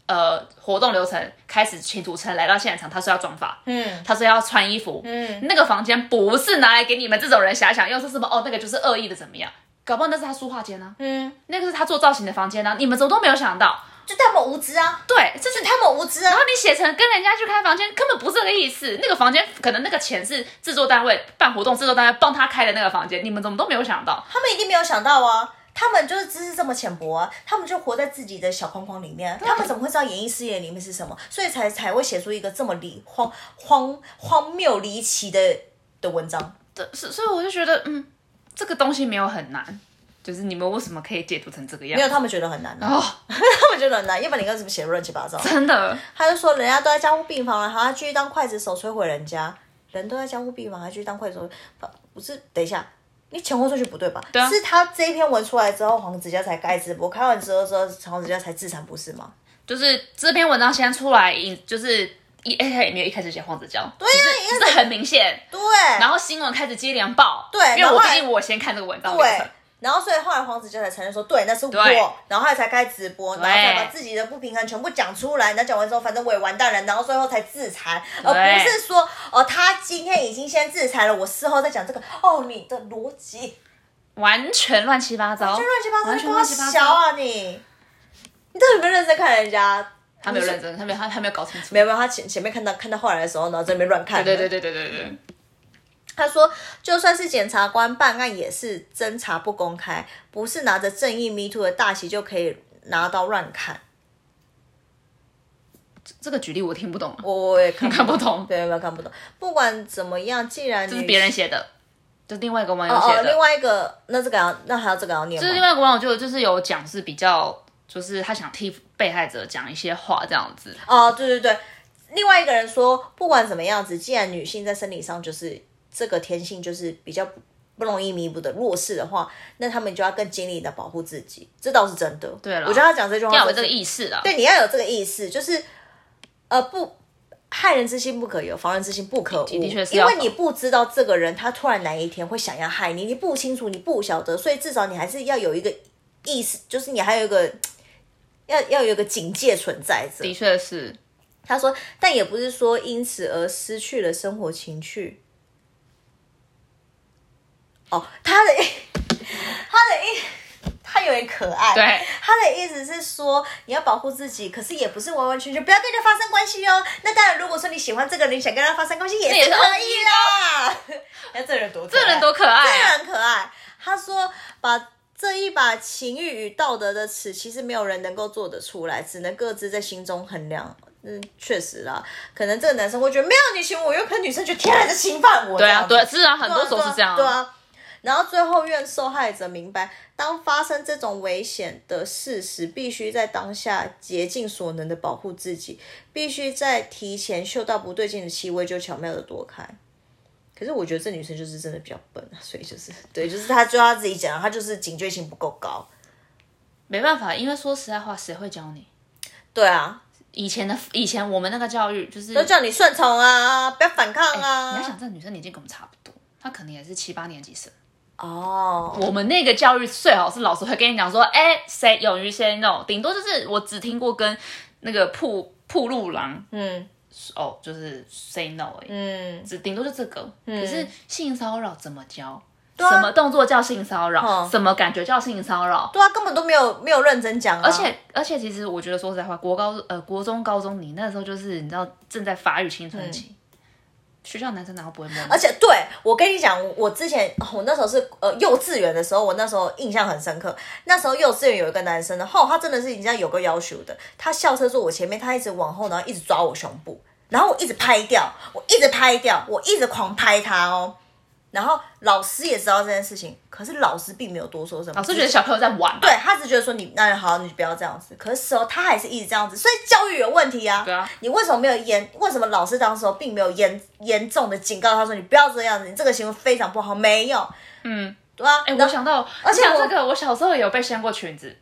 S2: 呃活动流程开始，请主持人来到现场，他说要妆发，
S1: 嗯，
S2: 他说要穿衣服，嗯，那个房间不是拿来给你们这种人遐想，又是什么哦，那个就是恶意的怎么样？搞不好那是他书画间啊，
S1: 嗯，
S2: 那个是他做造型的房间啊，你们怎么都没有想到？
S1: 就他们无知啊，
S2: 对，这是
S1: 就他们无知啊
S2: 然。后你写成跟人家去开房间，根本不是这个意思。那个房间可能那个钱是制作单位办活动，制作单位帮他开的那个房间，你们怎么都没有想到？
S1: 他们一定没有想到啊，他们就是知识这么浅薄啊，他们就活在自己的小框框里面啊，他们怎么会知道演艺事业里面是什么？所以才才会写出一个这么离荒荒荒谬离奇的的文章。
S2: 对，是，所以我就觉得，嗯，这个东西没有很难，就是你们为什么可以解读成这个样
S1: 没
S2: 子？
S1: 有，他们觉得很难、啊，
S2: 哦，
S1: 他们觉得很难，要不然你干什么写得乱七八糟？
S2: 真的，
S1: 他就说人家都在江湖病房了，还要继续当刽子手摧毁人家，人都在江湖病房，还继续当刽子手，不不是？等一下。你前后顺序不对吧？
S2: 对啊
S1: 是他这一篇文出来之后，黄子佳才开直播，开完直播之后，黄子佳才自残，不是吗？
S2: 就是这篇文章先出来，引就是一，哎，他也没有一开始写黄子佼，对
S1: 对哎呀、因为
S2: 这很明显。
S1: 对，
S2: 然后新闻开始接连报，
S1: 对
S2: 因为我
S1: 然后
S2: 毕
S1: 还
S2: 竟我先看这个文章流
S1: 对
S2: 程，，
S1: 然后所以后来黄子佼才承认说，对，那是我
S2: 对，
S1: 然后他才开直播，然
S2: 对
S1: 后才把自己的不平衡全部讲出来，然后讲完之后，反正我也完蛋了，然后最后才自残，而不是说哦，他今天已经先自残了，我事后再讲这个，哦，你的逻辑
S2: 完全乱七八糟，
S1: 就乱七八糟，
S2: 完全
S1: 你瓜
S2: 乱七八糟
S1: 小啊你， 你到底有没有认真看人家？
S2: 他没有认真，他没有他他没有搞清楚，
S1: 没有没有，他前前面看到看到后来的时候，然后在那边乱看，
S2: 对对对对对对对，
S1: 他说，就算是检察官办案，也是侦查不公开，不是拿着正义 Me Too 的大旗就可以拿刀乱砍。
S2: 这个举例我听不懂，啊
S1: 我我也看
S2: 我 看不懂，
S1: 对，我看不懂。不管怎么样，既然
S2: 这
S1: 这
S2: 是别人写的，就是另外一个网
S1: 哦
S2: 友
S1: 哦
S2: 写，
S1: 另
S2: 的，
S1: 外一个，那这个要那还有这个要念
S2: 就是另
S1: 吗？
S2: 外一个网友就就是有讲是比较，就是他想替被害者讲一些话这样子，
S1: 哦，对对对，另外一个人说，不管怎么样子，既然女性在生理上就是这个天性就是比较不容易弥补的弱势的话，那他们就要更尽力的保护自己，这倒是真的。
S2: 对啦
S1: 哦我觉得他讲这句话
S2: 要有
S1: 真
S2: 这
S1: 是
S2: 个意识啦。
S1: 对，你要有这个意识，就是呃不，害人之心不可有，防人之心不可无。
S2: 的确是
S1: 因
S2: 要
S1: 为你不知道这个人他突然哪一天会想要害你，你不清楚，你不晓得，所以至少你还是要有一个意识，就是你还有一个要要有一个警戒存在着
S2: 的。确是，
S1: 他说，但也不是说因此而失去了生活情趣。哦，他的他的意，他有点可爱。
S2: 对
S1: 他的意思是说，你要保护自己，可是也不是完完全全不要跟他发生关系哦。那当然，如果说你喜欢这个人，想跟他发生关系，也是
S2: 也是
S1: 可
S2: OK
S1: 以啦。 那这人多，
S2: 这人多可爱
S1: 这
S2: 啊！
S1: 很可爱。他说把。这一把情欲与道德的尺，其实没有人能够做得出来，只能各自在心中衡量。嗯，确实啦，可能这个男生会觉得没有你行我愿，可能女生觉得天然在侵犯我。
S2: 对啊，
S1: 这
S2: 对
S1: 样
S2: 啊，
S1: 子
S2: 是啊，很多时候是这样
S1: 对啊。对。啊然后最后，愿受害者明白，当发生这种危险的事实，必须在当下竭尽所能的保护自己，必须在提前嗅到不对劲的气味就巧妙的躲开。可是我觉得这女生就是真的比较笨啊，所以就是 对，就是她就她自己讲，她就是警觉性不够高。
S2: 没办法，因为说实在话，谁会教你？
S1: 对啊，
S2: 以前的以前我们那个教育就是，
S1: 都叫你顺从啊，不要反抗
S2: 哎你要
S1: 啊。
S2: 想这女生年纪跟我们差不多，她可能也是七八年级生。
S1: 哦，
S2: 我们那个教育最好是老师会跟你讲说，哎、谁勇于 say no，顶多就是我只听过跟那个铺铺路狼
S1: 嗯
S2: 哦，就是 say no 而已，
S1: 嗯，
S2: 只顶多就这个。可是性骚扰怎么教？
S1: 啊
S2: 什么动作叫性骚扰？
S1: 嗯
S2: 什么感觉叫性骚扰？
S1: 对啊，根本都没有没有认真讲、啊，
S2: 而且而且，其实我觉得说实在话，国高呃国中高中，你那时候就是你知道正在发育青春期，学校男生哪会不啊会摸你？
S1: 嗯而且对我跟你讲，我我之前哦我那时候是呃幼稚园的时候，我那时候印象很深刻。那时候幼稚园有一个男生呢，后他真的是你知道有个要求的，他校车坐我前面，他一直往后，然后一直抓我胸部，然后我一直拍掉，我一直拍掉，我一直狂拍他哦。然后老师也知道这件事情，可是老师并没有多说什么，
S2: 老师觉得小朋友在玩吧，
S1: 对他只觉得说你那好，你不要这样子。可是哦，他还是一直这样子，所以教育有问题啊。
S2: 对啊，
S1: 你为什么没有严？为什么老师当时候并没有严严重的警告他说你不要这样子，你这个行为非常不好？没有，
S2: 嗯，
S1: 对啊。
S2: 哎、
S1: 然
S2: 我
S1: 后
S2: 想到，
S1: 而且
S2: 你讲
S1: 我
S2: 这个，我小时候也有被掀过裙子，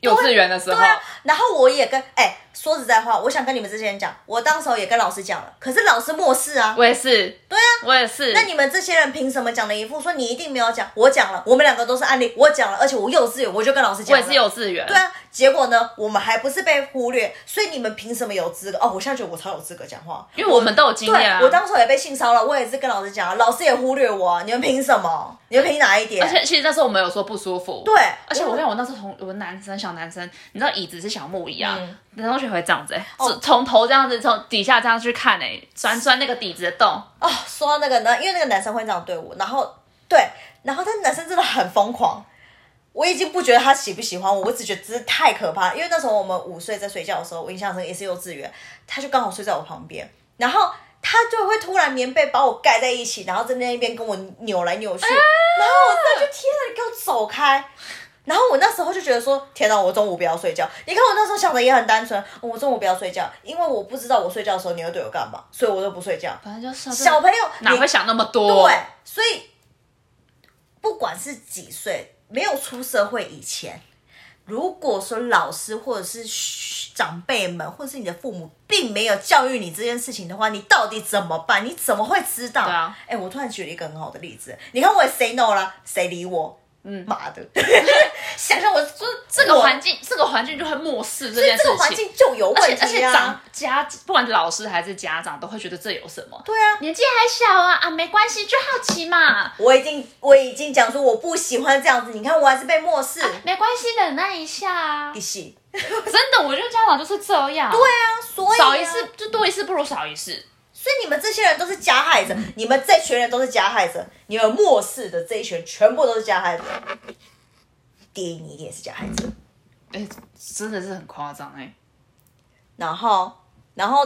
S2: 幼稚园的时候，
S1: 对啊，然后我也跟哎、说实在话，我想跟你们这些人讲，我当时候也跟老师讲了，可是老师漠视啊。
S2: 我也是，对
S1: 啊，
S2: 我也是。
S1: 那你们这些人凭什么讲的一副说你一定没有讲？我讲了，我们两个都是案例，我讲了，而且我幼稚园我就跟老师
S2: 我
S1: 讲
S2: 也
S1: 了
S2: 是。幼稚园，
S1: 对啊，结果呢，我们还不是被忽略，所以你们凭什么有资格？哦，我现在觉得我超有资格讲话，
S2: 因为我们都有经
S1: 对
S2: 验啊。
S1: 我当时也被性骚扰，我也是跟老师讲啊，老师也忽略我啊，你们凭什么？你们凭哪一点？
S2: 而且其实那时候我们有说不舒服，
S1: 对，
S2: 而且我看我那时候同我男生小男生，你知道椅子是小木椅啊，
S1: 嗯
S2: 然后就会这样子、欸，
S1: 哦
S2: 从从头这样子从底下这样去看诶、欸，钻钻那个底子的洞，
S1: 哦，说到那个呢，因为那个男生会这样对我，然后对，然后但男生真的很疯狂。我已经不觉得他喜不喜欢我，我只觉得真是太可怕。因为那时候我们午睡在睡觉的时候，我印象深刻也是幼稚园，他就刚好睡在我旁边，然后他就会突然棉被把我盖在一起，然后在那边跟我扭来扭去，然后我那就天哪，你给我走开！然后我那时候就觉得说，天哪，我中午不要睡觉。你看我那时候想的也很单纯，哦我中午不要睡觉，因为我不知道我睡觉的时候你会对我干嘛，所以我都不睡觉。
S2: 反正就是啊
S1: 小朋友
S2: 哪
S1: 你
S2: 会想那么多？
S1: 对，所以不管是几岁，没有出社会以前，如果说老师或者是嘘长辈们，或者是你的父母，并没有教育你这件事情的话，你到底怎么办？你怎么会知道？
S2: 对啊，
S1: 哎、我突然举了一个很好的例子，你看我也 say no 啦，谁理我？ 嗯，妈的！想想我
S2: 就是这个
S1: 我
S2: 环境，这个环境就会漠视这件
S1: 这
S2: 事
S1: 个环
S2: 情。
S1: 境就有
S2: 而
S1: 问
S2: 且而且
S1: 题
S2: 长
S1: 啊！
S2: 家不管老师还是家长都会觉得这有什么？
S1: 对啊，
S2: 年纪还小啊啊，没关系，就好奇嘛，
S1: 我已经我已经讲说我不喜欢这样子，你看我还是被漠视，
S2: 没关系，忍耐一下啊
S1: 一。起
S2: 真的，我觉得家长就是这样，对
S1: 对啊，所以、啊、
S2: 少一事就多一事不如少一事。
S1: 所以你们这些人都是加害者，你们这群人都是加害者，你们漠视的这一群全部都是加害者。第一，你一定也是加害者。
S2: 哎、真的是很夸张哎。
S1: 然后，然后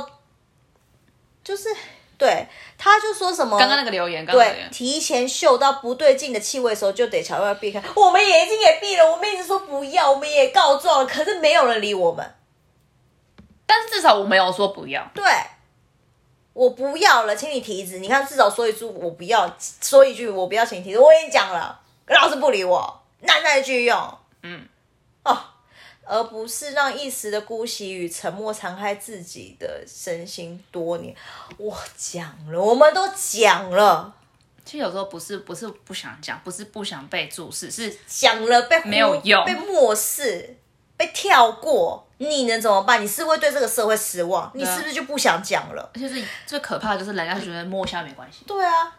S1: 就是对，他就说什么？
S2: 刚刚那个留言，刚刚那个留
S1: 对
S2: 言，，
S1: 提前嗅到不对劲的气味的时候，就得巧妙避开。我们也已经也避了，我们一直说不要，我们也告状了，可是没有人理我们。
S2: 但是至少我没有说不要。
S1: 对，我不要了，请你提子。你看，至少说一句我不要，说一句我不要，请你提子。我已经讲了，老师不理我，那那一句用，嗯，哦。而不是让一时的姑息与沉默残害自己的身心多年。我讲了，我们都讲了，
S2: 其实有时候不是不是不想讲，不是不想被注视，是
S1: 讲了被忽
S2: 没有用
S1: 被漠视、被跳过，你能怎么办？你是会对这个社会失望，你
S2: 啊
S1: 是不是就不想讲了？
S2: 就是最可怕的就是人家觉得摸一下没关系，
S1: 对啊，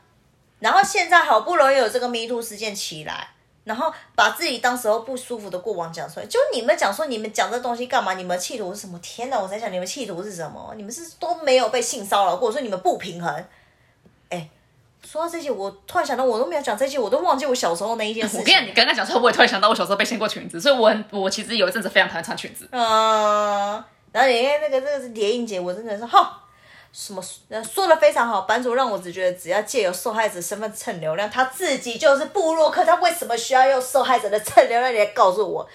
S1: 然后现在好不容易有这个 Me Too 事件起来，然后把自己当时候不舒服的过往讲出来，就你们讲说你们讲这东西干嘛？你们企图是什么？天哪！我在想你们企图是什么？你们是都没有被性骚扰过，所以你们不平衡。哎，说到这些，我突然想到，我都没有讲这些，我都忘记我小时候那一件事情。
S2: 我跟你讲，你刚刚讲说，我也突然想到我小时候被掀过裙子，所以我很我其实有一阵子非常讨厌穿裙子。
S1: 嗯，然后连那个这个是谍影节，我真的是哈。什么呃说的非常好，版主让我只觉得只要借由受害者身份蹭流量，他自己就是布洛克，他为什么需要用受害者的蹭流量？你来告诉我，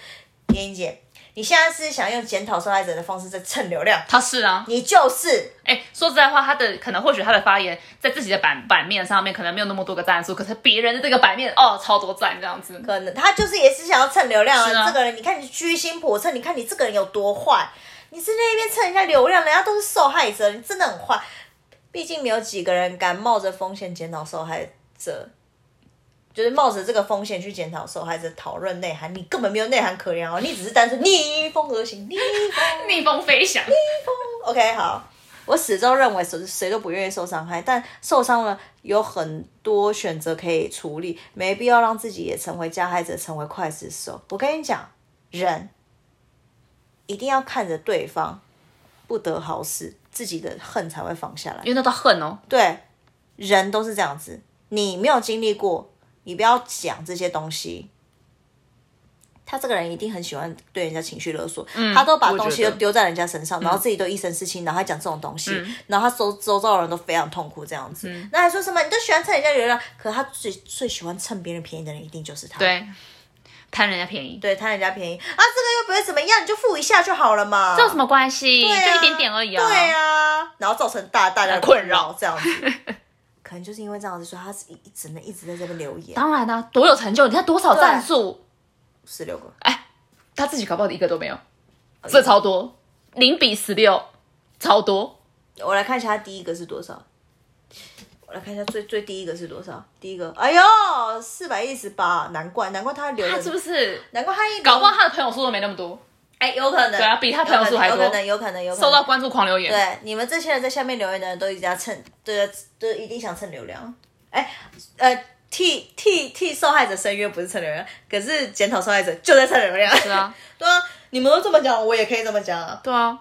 S1: 蝶影姐，你现在是想用检讨受害者的方式在蹭流量？
S2: 他是啊，
S1: 你就是
S2: 哎、说实在话，他的可能或许他的发言在自己的版版面上面可能没有那么多个赞数，可是别人的这个版面哦，超多赞这样子。
S1: 可能他就是也是想要蹭流量
S2: 是啊
S1: 这个人，你看你居心叵测，你看你这个人有多坏，你是那边蹭人家流量，人家都是受害者，你真的很坏。毕竟没有几个人敢冒着风险检讨受害者，就是冒着这个风险去检讨受害者，讨论内涵，你根本没有内涵可言哦，你只是单纯逆风而行，逆风。
S2: 逆风飞翔，
S1: OK，好，我始终认为谁谁都不愿意受伤害，但受伤了有很多选择可以处理，没必要让自己也成为加害者，成为刽子手。我跟你讲，人一定要看着对方不得好死，自己的恨才会放下来
S2: 因。为那都恨哦。
S1: 对，人都是这样子。你没有经历过，你不要讲这些东西。他这个人一定很喜欢对人家情绪勒索，他都把
S2: 嗯我
S1: 东西
S2: 觉
S1: 都
S2: 得嗯
S1: 丢在人家身上，然后自己都一身是气，然后还讲这种东西，然后他周周遭的人都非常痛苦这样子。
S2: 嗯
S1: 那还说什么你都喜欢蹭人家流量，可他最最喜欢蹭别人便宜的人一定就是他。
S2: 对，贪人家便宜，
S1: 对，贪人家便宜啊，这个又不会怎么样，你就付一下就好了嘛。
S2: 这有什么关系？
S1: 对啊
S2: 就一点点而啊已啊。
S1: 对啊，然后造成大大家的
S2: 困扰
S1: 这样子。 可能就是因为这样子，所以他是一一直呢一直在这边留言，
S2: 当然啦、啊多有成就，你看多少赞数，
S1: 十六个，
S2: 他自己搞不好一个都没有，这超多，零比十六，超多。
S1: 我来看一下他第一个是多少。我来看一下最最第一个是多少？第一个，哎呦，四百一十八，难怪难怪他留
S2: 他
S1: 的，
S2: 是不是
S1: 难怪他一
S2: 搞不好他的朋友数都没那么多，
S1: 哎，有可能，
S2: 对啊比他朋友数还多
S1: 有可能，有可能，有可能，
S2: 受到关注狂留言。
S1: 对，你们这些人在下面留言的人都一直在蹭，对，都一定想蹭流量。哎，呃，替替替受害者申冤不是蹭流量，可是检讨受害者就在蹭流量。
S2: 是啊，
S1: 对啊，你们都这么讲，我也可以这么讲啊。
S2: 对啊，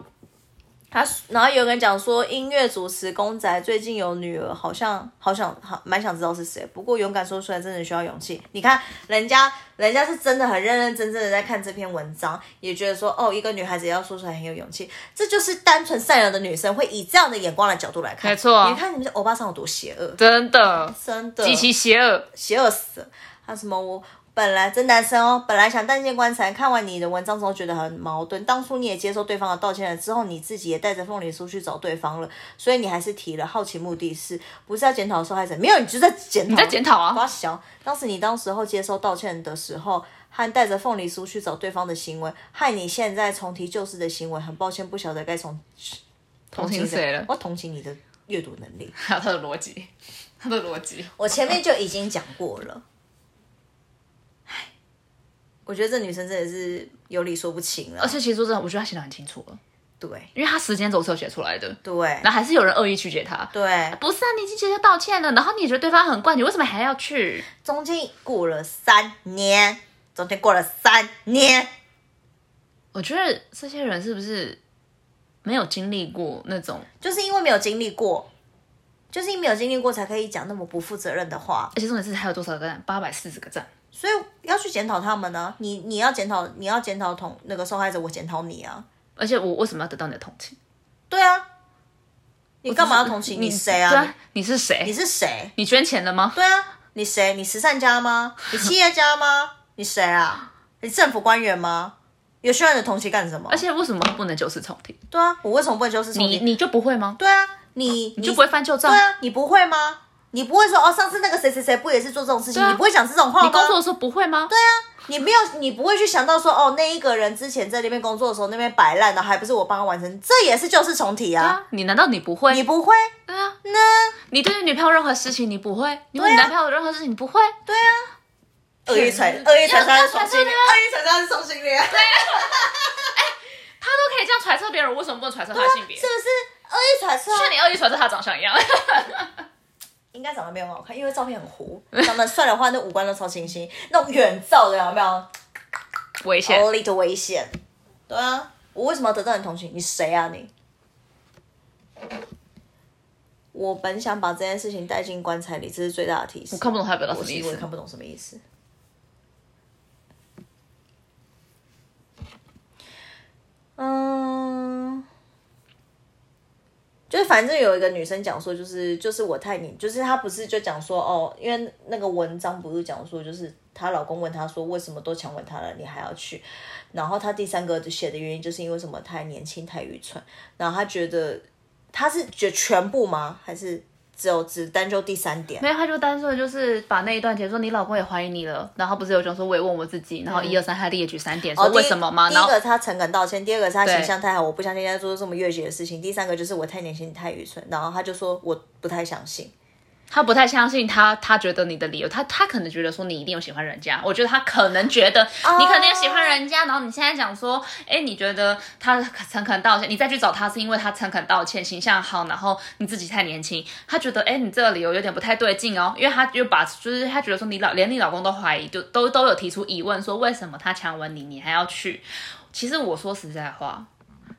S1: 他然后有人讲说，音乐主持公仔最近有女儿，好像好想好蛮想知道是谁。不过勇敢说出来真的需要勇气。你看人家，人家是真的很认认真真的在看这篇文章，也觉得说哦，一个女孩子要说出来很有勇气，这就是单纯善良的女生会以这样的眼光来角度来看。
S2: 没错啊
S1: 你看你们这欧巴桑有多邪恶，
S2: 真的
S1: 真的
S2: 极其邪恶。
S1: 邪恶死了。还有什么我本来真男生哦，本来想但见棺材，看完你的文章之后觉得很矛盾。当初你也接受对方的道歉了，之后你自己也带着凤梨酥去找对方了，所以你还是提了好奇目的是不是要检讨受害者？没有，你就是在检讨，你
S2: 在检讨啊
S1: 发小，当时你当时候接受道歉的时候，和带着凤梨酥去找对方的行为，害你现在重提旧事的行为，很抱歉不晓得该从同
S2: 同情谁了
S1: 我同情你的阅读能力。
S2: 还有他的逻辑，他的逻辑，
S1: 我前面就已经讲过了。唉我觉得这女生真的是有理说不清
S2: 而
S1: 了。
S2: 且其实说真的，我觉得他写的很清楚了，
S1: 对
S2: 因为他时间轴是有写出来的，
S1: 对
S2: 然后还是有人恶意曲解他。
S1: 对，
S2: 不是啊，你已经接受道歉了，然后你也觉得对方很怪，你为什么还要去？
S1: 中间过了三年，中间过了三年，
S2: 我觉得这些人是不是没有经历过那种，
S1: 就是因为没有经历过，就是因为没有经历过才可以讲那么不负责任的话，
S2: 而且重点是还有多少个赞？八百四十个赞，
S1: 所以要去检讨他们呢、你你要检讨，你要检讨同那个受害者，我检讨你啊。
S2: 而且我为什么要得到你的同情？
S1: 对啊，你干嘛要同情？你谁
S2: 对
S1: 啊？
S2: 啊，你是谁？
S1: 你
S2: 你
S1: 是谁？
S2: 捐钱了吗？
S1: 对啊，你谁？你慈善家 吗？你企业家吗？你谁啊？你政府官员吗？有需要你的同情干什么？
S2: 而且为什么不能九世重提？
S1: 对啊，我为什么不能修饰同
S2: 哦你
S1: 情？
S2: 你就不会吗？
S1: 对啊，你
S2: 你
S1: 你
S2: 就不会翻旧账
S1: 对？啊，你不会吗？你不会说哦，上次那个谁谁谁不也是做这种事情？
S2: 对啊
S1: 你不会讲这种话吗？
S2: 你工作的时候不会吗？对，
S1: 你没有，你不会去想到说，哦，那一个人之前在那边工作的时候，那边摆烂的，还不是我帮他完成，这也是旧事重提啊。
S2: 啊，你难道你不会？
S1: 你不会，
S2: 对啊，
S1: 那
S2: 你对你女朋友任何事情你不会，你问
S1: 对啊
S2: 你男朋友任何事情你不会，
S1: 对啊，恶意传
S2: 天哪
S1: 恶意传 他是双性
S2: 要
S1: 恋，恶意传他是双性恋，对，
S2: 他都可以这样揣测别人，我为什么不能揣测他的性别？
S1: 是不是？恶意揣测啊，
S2: 像你恶意揣测他长相一样，
S1: 应该长得没有很好看，因为照片很糊，长得帅的话，那五官都超清晰，那种远照的有没有？
S2: 危险。
S1: 有里的危险。对啊，我为什么要得到你同情？你谁啊你？我本想把这件事情带进棺材里，这是最大的提示。
S2: 我看不懂他表达什
S1: 我
S2: 么
S1: 是
S2: 意
S1: 因为
S2: 思。
S1: 看不懂什么意思。嗯，就是反正有一个女生讲说，就是就是我太年，就是她不是就讲说哦，因为那个文章不是讲说，就是她老公问她说为什么都强吻她了，你还要去？然后她第三个写的原因就是因为什么太年轻太愚蠢，然后她觉得她是觉得全部吗？还是只有只单就第三点？
S2: 没有，他就单纯的就是把那一段结束，你老公也怀疑你了，然后不是有一种说我也问我自己，然后一二三，他列举三点说
S1: 第一
S2: 哦为什么吗？
S1: 第一
S2: 然后
S1: 个他诚恳道歉，第二个是他形象太好，我不相信他做出这么越级的事情。第三个就是我太年轻，你太愚蠢。然后他就说我不太相信，
S2: 他不太相信他，他觉得你的理由，他他可能觉得说你一定有喜欢人家，我觉得他可能觉得你可能有喜欢人家，然后你现在讲说，哎，你觉得他诚恳道歉，你再去找他是因为他诚恳道歉，形象好，然后你自己太年轻，他觉得哎，你这个理由有点不太对劲哦，因为他就把就是他觉得说你老连你老公都怀疑，就都都有提出疑问说为什么他强吻你，你还要去？其实我说实在话，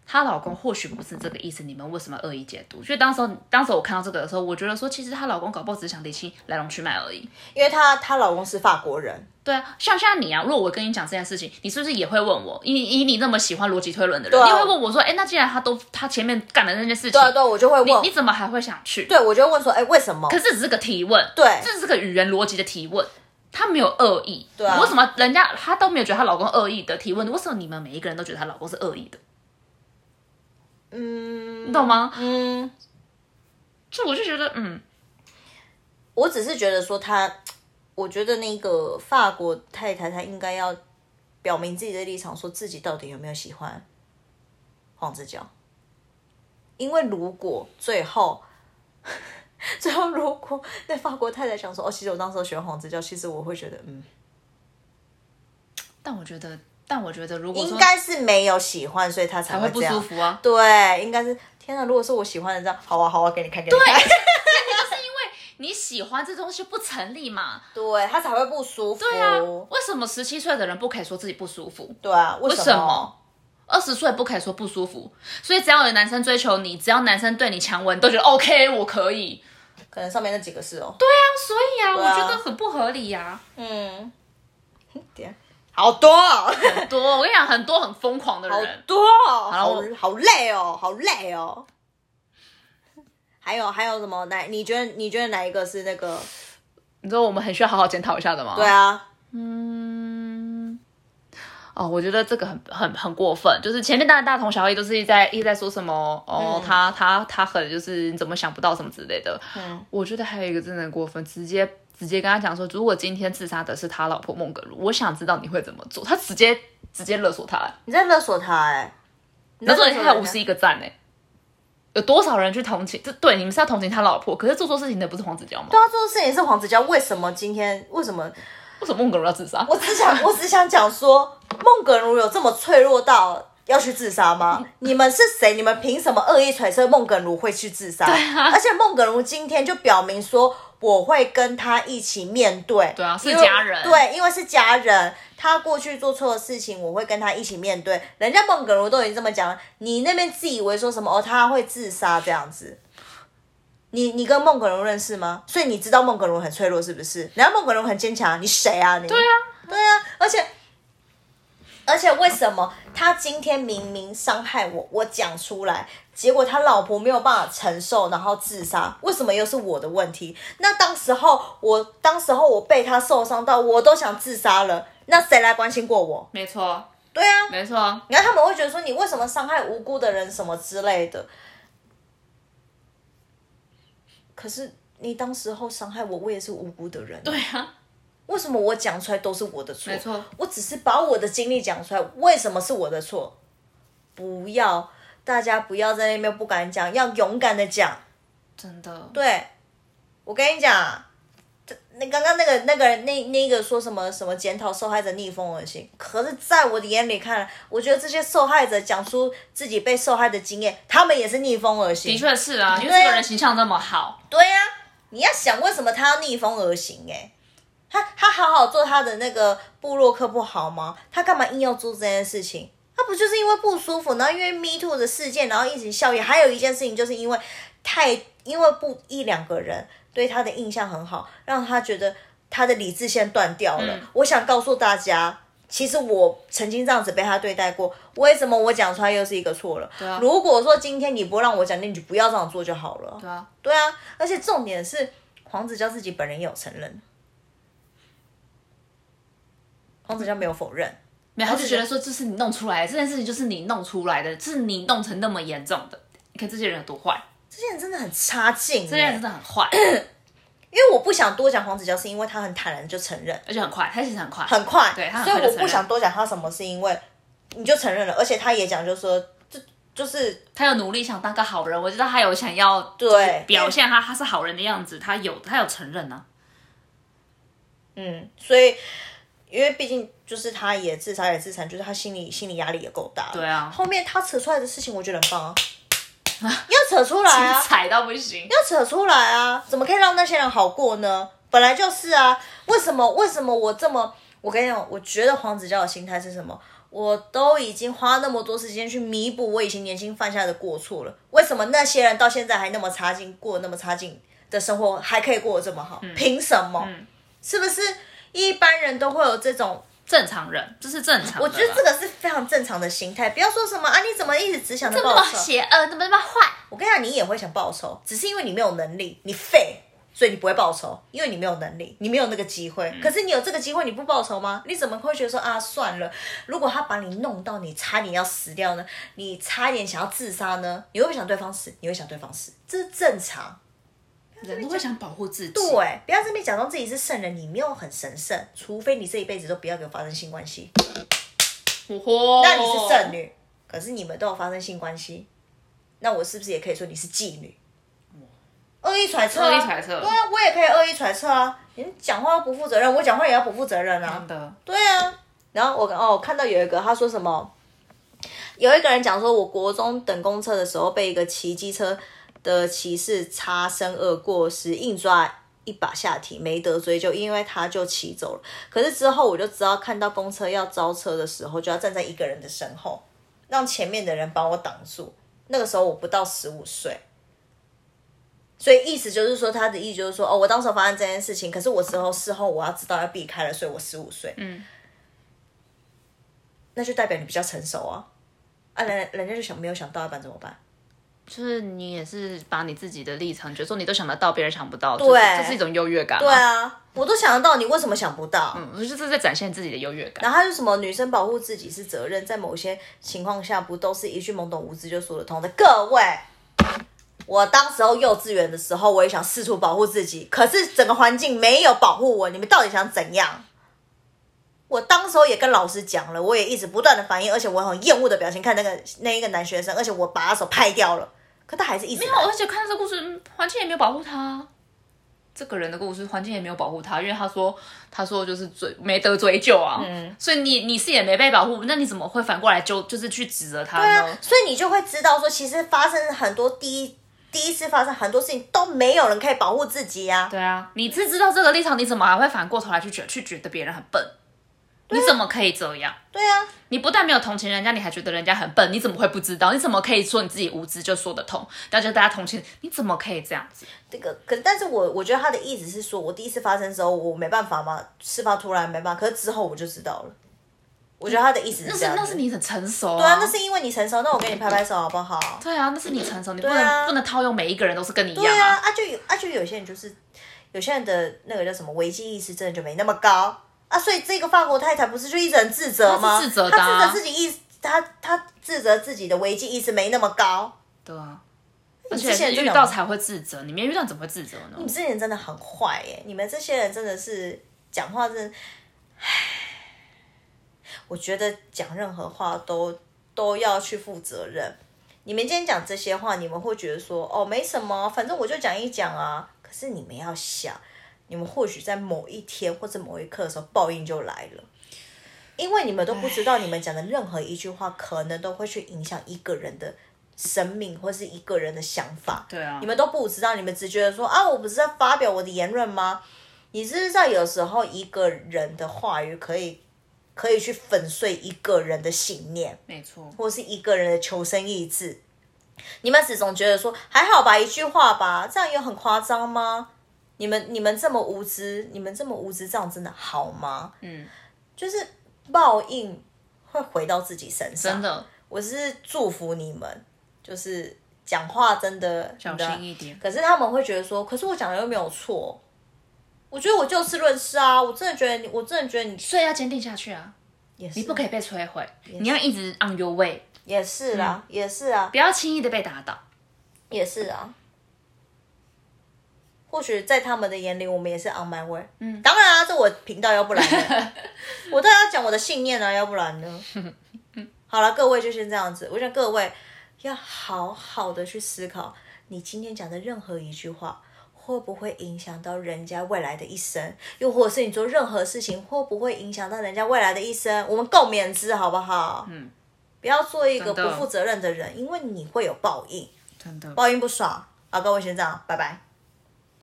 S2: 她老公或许不是这个意思，你们为什么恶意解读？就当时候，当时候我看到这个的时候，我觉得说，其实她老公搞不好只是想理清来龙去脉而已。
S1: 因为她她老公是法国人，
S2: 对啊，像像你啊，如果我跟你讲这件事情，你是不是也会问我？以以你那么喜欢逻辑推论的人，
S1: 对啊
S2: 你会问我说，哎，那既然他都他前面干的那件事情，
S1: 对啊对啊，我就会问
S2: 你，你怎么还会想去？
S1: 对我就会问说，哎，为什么
S2: 可？是这只是个提问，
S1: 对
S2: 这只是个语言逻辑的提问，他没有恶意。
S1: 对啊
S2: 为什么人家她都没有觉得她老公恶意的提问？为什么你们每一个人都觉得她老公是恶意的？嗯，你懂吗？
S1: 嗯，
S2: 就我就觉得，嗯，
S1: 我只是觉得说他，我觉得那个法国太太她应该要表明自己的立场，说自己到底有没有喜欢黄子佼。因为如果最后， 最后如果那法国太太想说，哦，其实我当时候喜欢黄子佼，其实我会觉得，嗯，
S2: 但我觉得，但我觉得，如果
S1: 应
S2: 说
S1: 该是没有喜欢，所以他才
S2: 还会
S1: 这
S2: 不
S1: 样
S2: 舒。服啊，
S1: 对，应该是天啊哪！如果是我喜欢的这样，好啊好啊，给你看给你看，
S2: 就是因为你喜欢这东西不成立嘛。
S1: 对他才会不舒服。
S2: 对啊，为什么十七岁的人不可以说自己不舒服？
S1: 对啊，为
S2: 为
S1: 什
S2: 什
S1: 么？
S2: 么？二十岁不可以说不舒服，所以只要有男生追求你，只要男生对你强吻，你都觉得 OK，我可以。
S1: 可能上面那几个是哦。
S2: 啊，所以啊，
S1: 啊
S2: 我觉得很不合理啊呀、
S1: 嗯，点好多哦、
S2: 很多，我跟你讲，很多很疯狂的
S1: 好
S2: 人，
S1: 多哦、
S2: 好了
S1: 好
S2: 我
S1: 好累哦，好累哦。还有还有什么？哪？你觉得你觉得哪一个是那个？
S2: 你知道我们很需要好好检讨一下的吗？
S1: 对啊，
S2: 嗯，哦，我觉得这个很很很过分，就是前面当然大同小异，都是一直在一直在说什么哦，他他他很就是你怎么想不到什么之类的。
S1: 嗯，
S2: 我觉得还有一个真的很过分，直接直接跟他讲说，如果今天自杀的是他老婆孟格如，我想知道你会怎么做。他直接直接勒索他、欸，
S1: 你在勒索他哎、你在
S2: 那时候
S1: 勒
S2: 你
S1: 索
S2: 还有
S1: 人
S2: 五十
S1: 家
S2: 一个赞呢、欸有多少人去同情？这对你们是要同情他老婆，可是做错事情的不是黄子佼吗？
S1: 对啊，做的事情是黄子佼，为什么今天为什么？
S2: 为什么孟格如要自杀？
S1: 我只想我只想讲说，孟耿如有这么脆弱到要去自杀吗？你们是谁？你们凭什么恶意揣测孟耿如会去自杀？
S2: 啊
S1: 而且孟耿如今天就表明说。我会跟他一起面对，
S2: 对啊是
S1: 因为
S2: 家人
S1: 对，因为是家人，他过去做错的事情，我会跟他一起面对。人家孟耿如都已经这么讲了，你那边自以为说什么哦，他会自杀这样子，你你跟孟耿如认识吗？所以你知道孟耿如很脆弱是不是？然后孟耿如很坚强，你谁啊你？对
S2: 对，啊，
S1: 对啊，而且而且为什么他今天明明伤害我，我讲出来，结果他老婆没有办法承受，然后自杀，为什么又是我的问题？那当时候我当时候我被他受伤到，我都想自杀了，那谁来关心过我？
S2: 没错，
S1: 对啊，
S2: 没错。
S1: 你看他们会觉得说你为什么伤害无辜的人什么之类的，可是你当时候伤害我，我也是无辜的人。
S2: 对啊，
S1: 为什么我讲出来都是我的错？
S2: 没错
S1: 我只是把我的经历讲出来，为什么是我的错？不要，大家不要在那边不敢讲，要勇敢的讲。
S2: 真的，
S1: 对，我跟你讲，这那刚刚那个那个人那那个说什么什么检讨受害者逆风而行，可是在我的眼里看来，我觉得这些受害者讲出自己被受害的经验，他们也是逆风而
S2: 的
S1: 行。
S2: 确是啊，因为
S1: 对啊
S2: 这个人形象这么好，
S1: 对呀、你要想为什么他要逆风而行、欸？他他好好做他的那个布洛克不好吗？他干嘛硬要做这件事情？他不就是因为不舒服，然后因为 Me Too 的事件，然后一起效应。还有一件事情，就是因为太因为不一两个人对他的印象很好，让他觉得他的理智线断掉
S2: 嗯
S1: 了。我想告诉大家。其实我曾经这样子被他对待过，为什么我讲出来又是一个错了？
S2: 对啊
S1: 如果说今天你不让我讲，那你就不要这样做就好了。
S2: 对啊，
S1: 对啊，而且重点是黄子佼自己本人也有承认，黄子佼没有否认。
S2: 没有他就觉得说这是你弄出来的，这件事情就是你弄出来的，是你弄成那么严重的。你看这些人有多坏，
S1: 这些人真的很差劲、
S2: 这些人真
S1: 欸，
S2: 的 很坏，
S1: 因为我不想多讲黄子佼，是因为他很坦然就承认，
S2: 而且很快，他其实很快，
S1: 很快，
S2: 对他很
S1: 所
S2: 快
S1: 以
S2: 就
S1: 我不
S2: 承认
S1: 想多讲他什么，是因为你就承认了，而且他也讲，就说这就是
S2: 他有努力想当个好人，我觉得他有想要
S1: 对
S2: 表，现他他是好人的样子，他有他有承认啊，
S1: 嗯，所以因为毕竟就是他也自杀也自残，就是他心理心理压力也够大了，
S2: 对啊
S1: 后面他扯出来的事情，我觉得很 棒啊，要扯出来啊，
S2: 踩到不行，
S1: 要扯出来啊！怎么可以让那些人好过呢？本来就是啊，为什么？为什么我这么？我跟你讲，我觉得黄子佼的心态是什么？我都已经花那么多时间去弥补我以前年轻犯下的过错了，为什么那些人到现在还那么差劲，过那么差劲的生活，还可以过得这么好？
S2: 嗯
S1: 凭什么？是不是一般人都会有这种
S2: 正常人，这是正常的啦。
S1: 我觉得这个是非常正常的心态，不要说什么啊，你怎么呃一直只想着
S2: 这
S1: 报
S2: 么
S1: 仇？
S2: 邪恶，怎么那么坏？
S1: 我跟你讲，你也会想报仇，只是因为你没有能力，你废，所以你不会报仇，因为你没有能力，你没有那个机会。可是你有这个机会，你不报仇吗？你怎么会觉得说啊，算了？如果他把你弄到你差点要死掉呢？你差点想要自杀呢？你会不会想对方死？你会想对方死，这是正常。
S2: 人都会想保护自己，
S1: 对，不要这边假装自己是圣人，你没有很神圣，除非你这一辈子都不要给我发生性关系，
S2: 哦，
S1: 那你是剩女。可是你们都有发生性关系，那我是不是也可以说你是妓女？恶意揣测啊、
S2: 恶意揣测
S1: 对啊，我也可以恶意揣测啊。你们讲话不负责任，我讲话也要不负责任啊
S2: 真。的，
S1: 对啊，然后我哦，我看到有一个他说什么，有一个人讲说，我国中等公车的时候被一个骑机车的骑士擦身而过时，硬抓一把下体，没得追究，因为他就骑走了。可是之后我就知道，看到公车要招车的时候，就要站在一个人的身后，让前面的人把我挡住。那个时候我不到十五岁。所以意思就是说，他的意思就是说，哦，我当时发生这件事情，可是我之后事后我要知道要避开了，所以我十五岁，
S2: 嗯，
S1: 那就代表你比较成熟啊。啊，人人家就想没有想到，要啊不然怎么办？
S2: 就是你也是把你自己的立场，觉得说你都想得到，别人想不到，
S1: 对
S2: 这是这是一种优越感，
S1: 对，啊，我都想得到，你为什么想不到？
S2: 嗯，就是这是在展现自己的优越感，
S1: 然后他就什么女生保护自己是责任，在某些情况下不都是一句懵懂无知就说得通的？各位，我当时候幼稚园的时候，我也想试图保护自己，可是整个环境没有保护我，你们到底想怎样？我当时候也跟老师讲了，我也一直不断的反应，而且我很厌恶的表情看那个那一个男学生，而且我把他手拍掉了，可他还是一直
S2: 没
S1: 来
S2: 有，而且看到这故事，嗯环境也没有保护他。这个人的故事，环境也没有保护他，因为他说，他说就是追没得追究啊，嗯，所以你你是也没被保护，那你怎么会反过来就就是去指责他
S1: 对
S2: 呢？
S1: 啊，所以你就会知道说，其实发生很多第一第一次发生很多事情都没有人可以保护自己呀、啊。
S2: 对啊，你是知道这个立场，你怎么还会反过头来去觉去觉得别人很笨？你怎么可以这样？
S1: 对啊，
S2: 你不但没有同情人家，你还觉得人家很笨，你怎么会不知道？你怎么可以说你自己无知就说得通？大家大家同情，你怎么可以这样子？
S1: 这个可，但是我我觉得他的意思是说，我第一次发生的时候我没办法嘛，事发突然没办法，可是之后我就知道了。我觉得他的意思
S2: 那
S1: 这
S2: 是
S1: 样
S2: 那
S1: 子
S2: 是你很成熟、啊，
S1: 对啊，那是因为你成熟，那我给你拍拍手好不好？
S2: 对啊，那是你成熟，你不
S1: 对
S2: 能、
S1: 啊
S2: 不能套用每一个人都是跟你一
S1: 对
S2: 样
S1: 啊，啊就有啊就有些人就是有些人的那个叫什么危机意识真的就没那么高啊，所以这个法国太太不是就一直很自责吗？
S2: 她是自责的啊
S1: 她自责自己意，她她自责自己的危机意识没那么高。
S2: 对啊，而且
S1: 之前
S2: 是
S1: 真
S2: 遇
S1: 的
S2: 到才会自责，你没遇到怎么会自责呢？
S1: 你们这些人真的很坏耶！你们这些人真的是讲话真的，唉，我觉得讲任何话都都要去负责任。你们今天讲这些话，你们会觉得说哦没什么，反正我就讲一讲啊。可是你们要想，你们或许在某一天或者某一刻的时候，报应就来了。因为你们都不知道，你们讲的任何一句话，可能都会去影响一个人的生命，或是一个人的想法。
S2: 对啊
S1: 你们都不知道，你们只觉得说啊，我不是在发表我的言论吗？你知不知道，有时候一个人的话语可以可以去粉碎一个人的信念，
S2: 没错，
S1: 或是一个人的求生意志。你们始终觉得说还好吧，一句话吧，这样有很夸张吗？你们你们这么无知，你们这么无知，这样真的好吗？
S2: 嗯，
S1: 就是报应会回到自己身上。
S2: 真，的
S1: 我是祝福你们，就是讲话真的
S2: 小心一点。
S1: 可是他们会觉得说，可是我讲的又没有错。我觉得我就事论事啊，我真的觉得你，我真的觉得你
S2: 所以要坚定下去啊！
S1: 也是，
S2: 你不可以被摧毁，你要一直 on your way，
S1: 也是啦，也是啊，
S2: 不要轻易的被打倒。
S1: 也是啊。或许在他们的眼里，我们也是 on my way。嗯，当然啊，这我频道要不然呢，我都要讲我的信念啊，要不然呢？好了，各位就先这样子。我想各位要好好的去思考，你今天讲的任何一句话，会不会影响到人家未来的一生？又或者是你做任何事情，会不会影响到人家未来的一生？我们共勉之，好不好？嗯，不要做一个
S2: 真的
S1: 不负责任的人，因为你会有报应。
S2: 真的，
S1: 报应不爽啊！各位先这样，拜拜。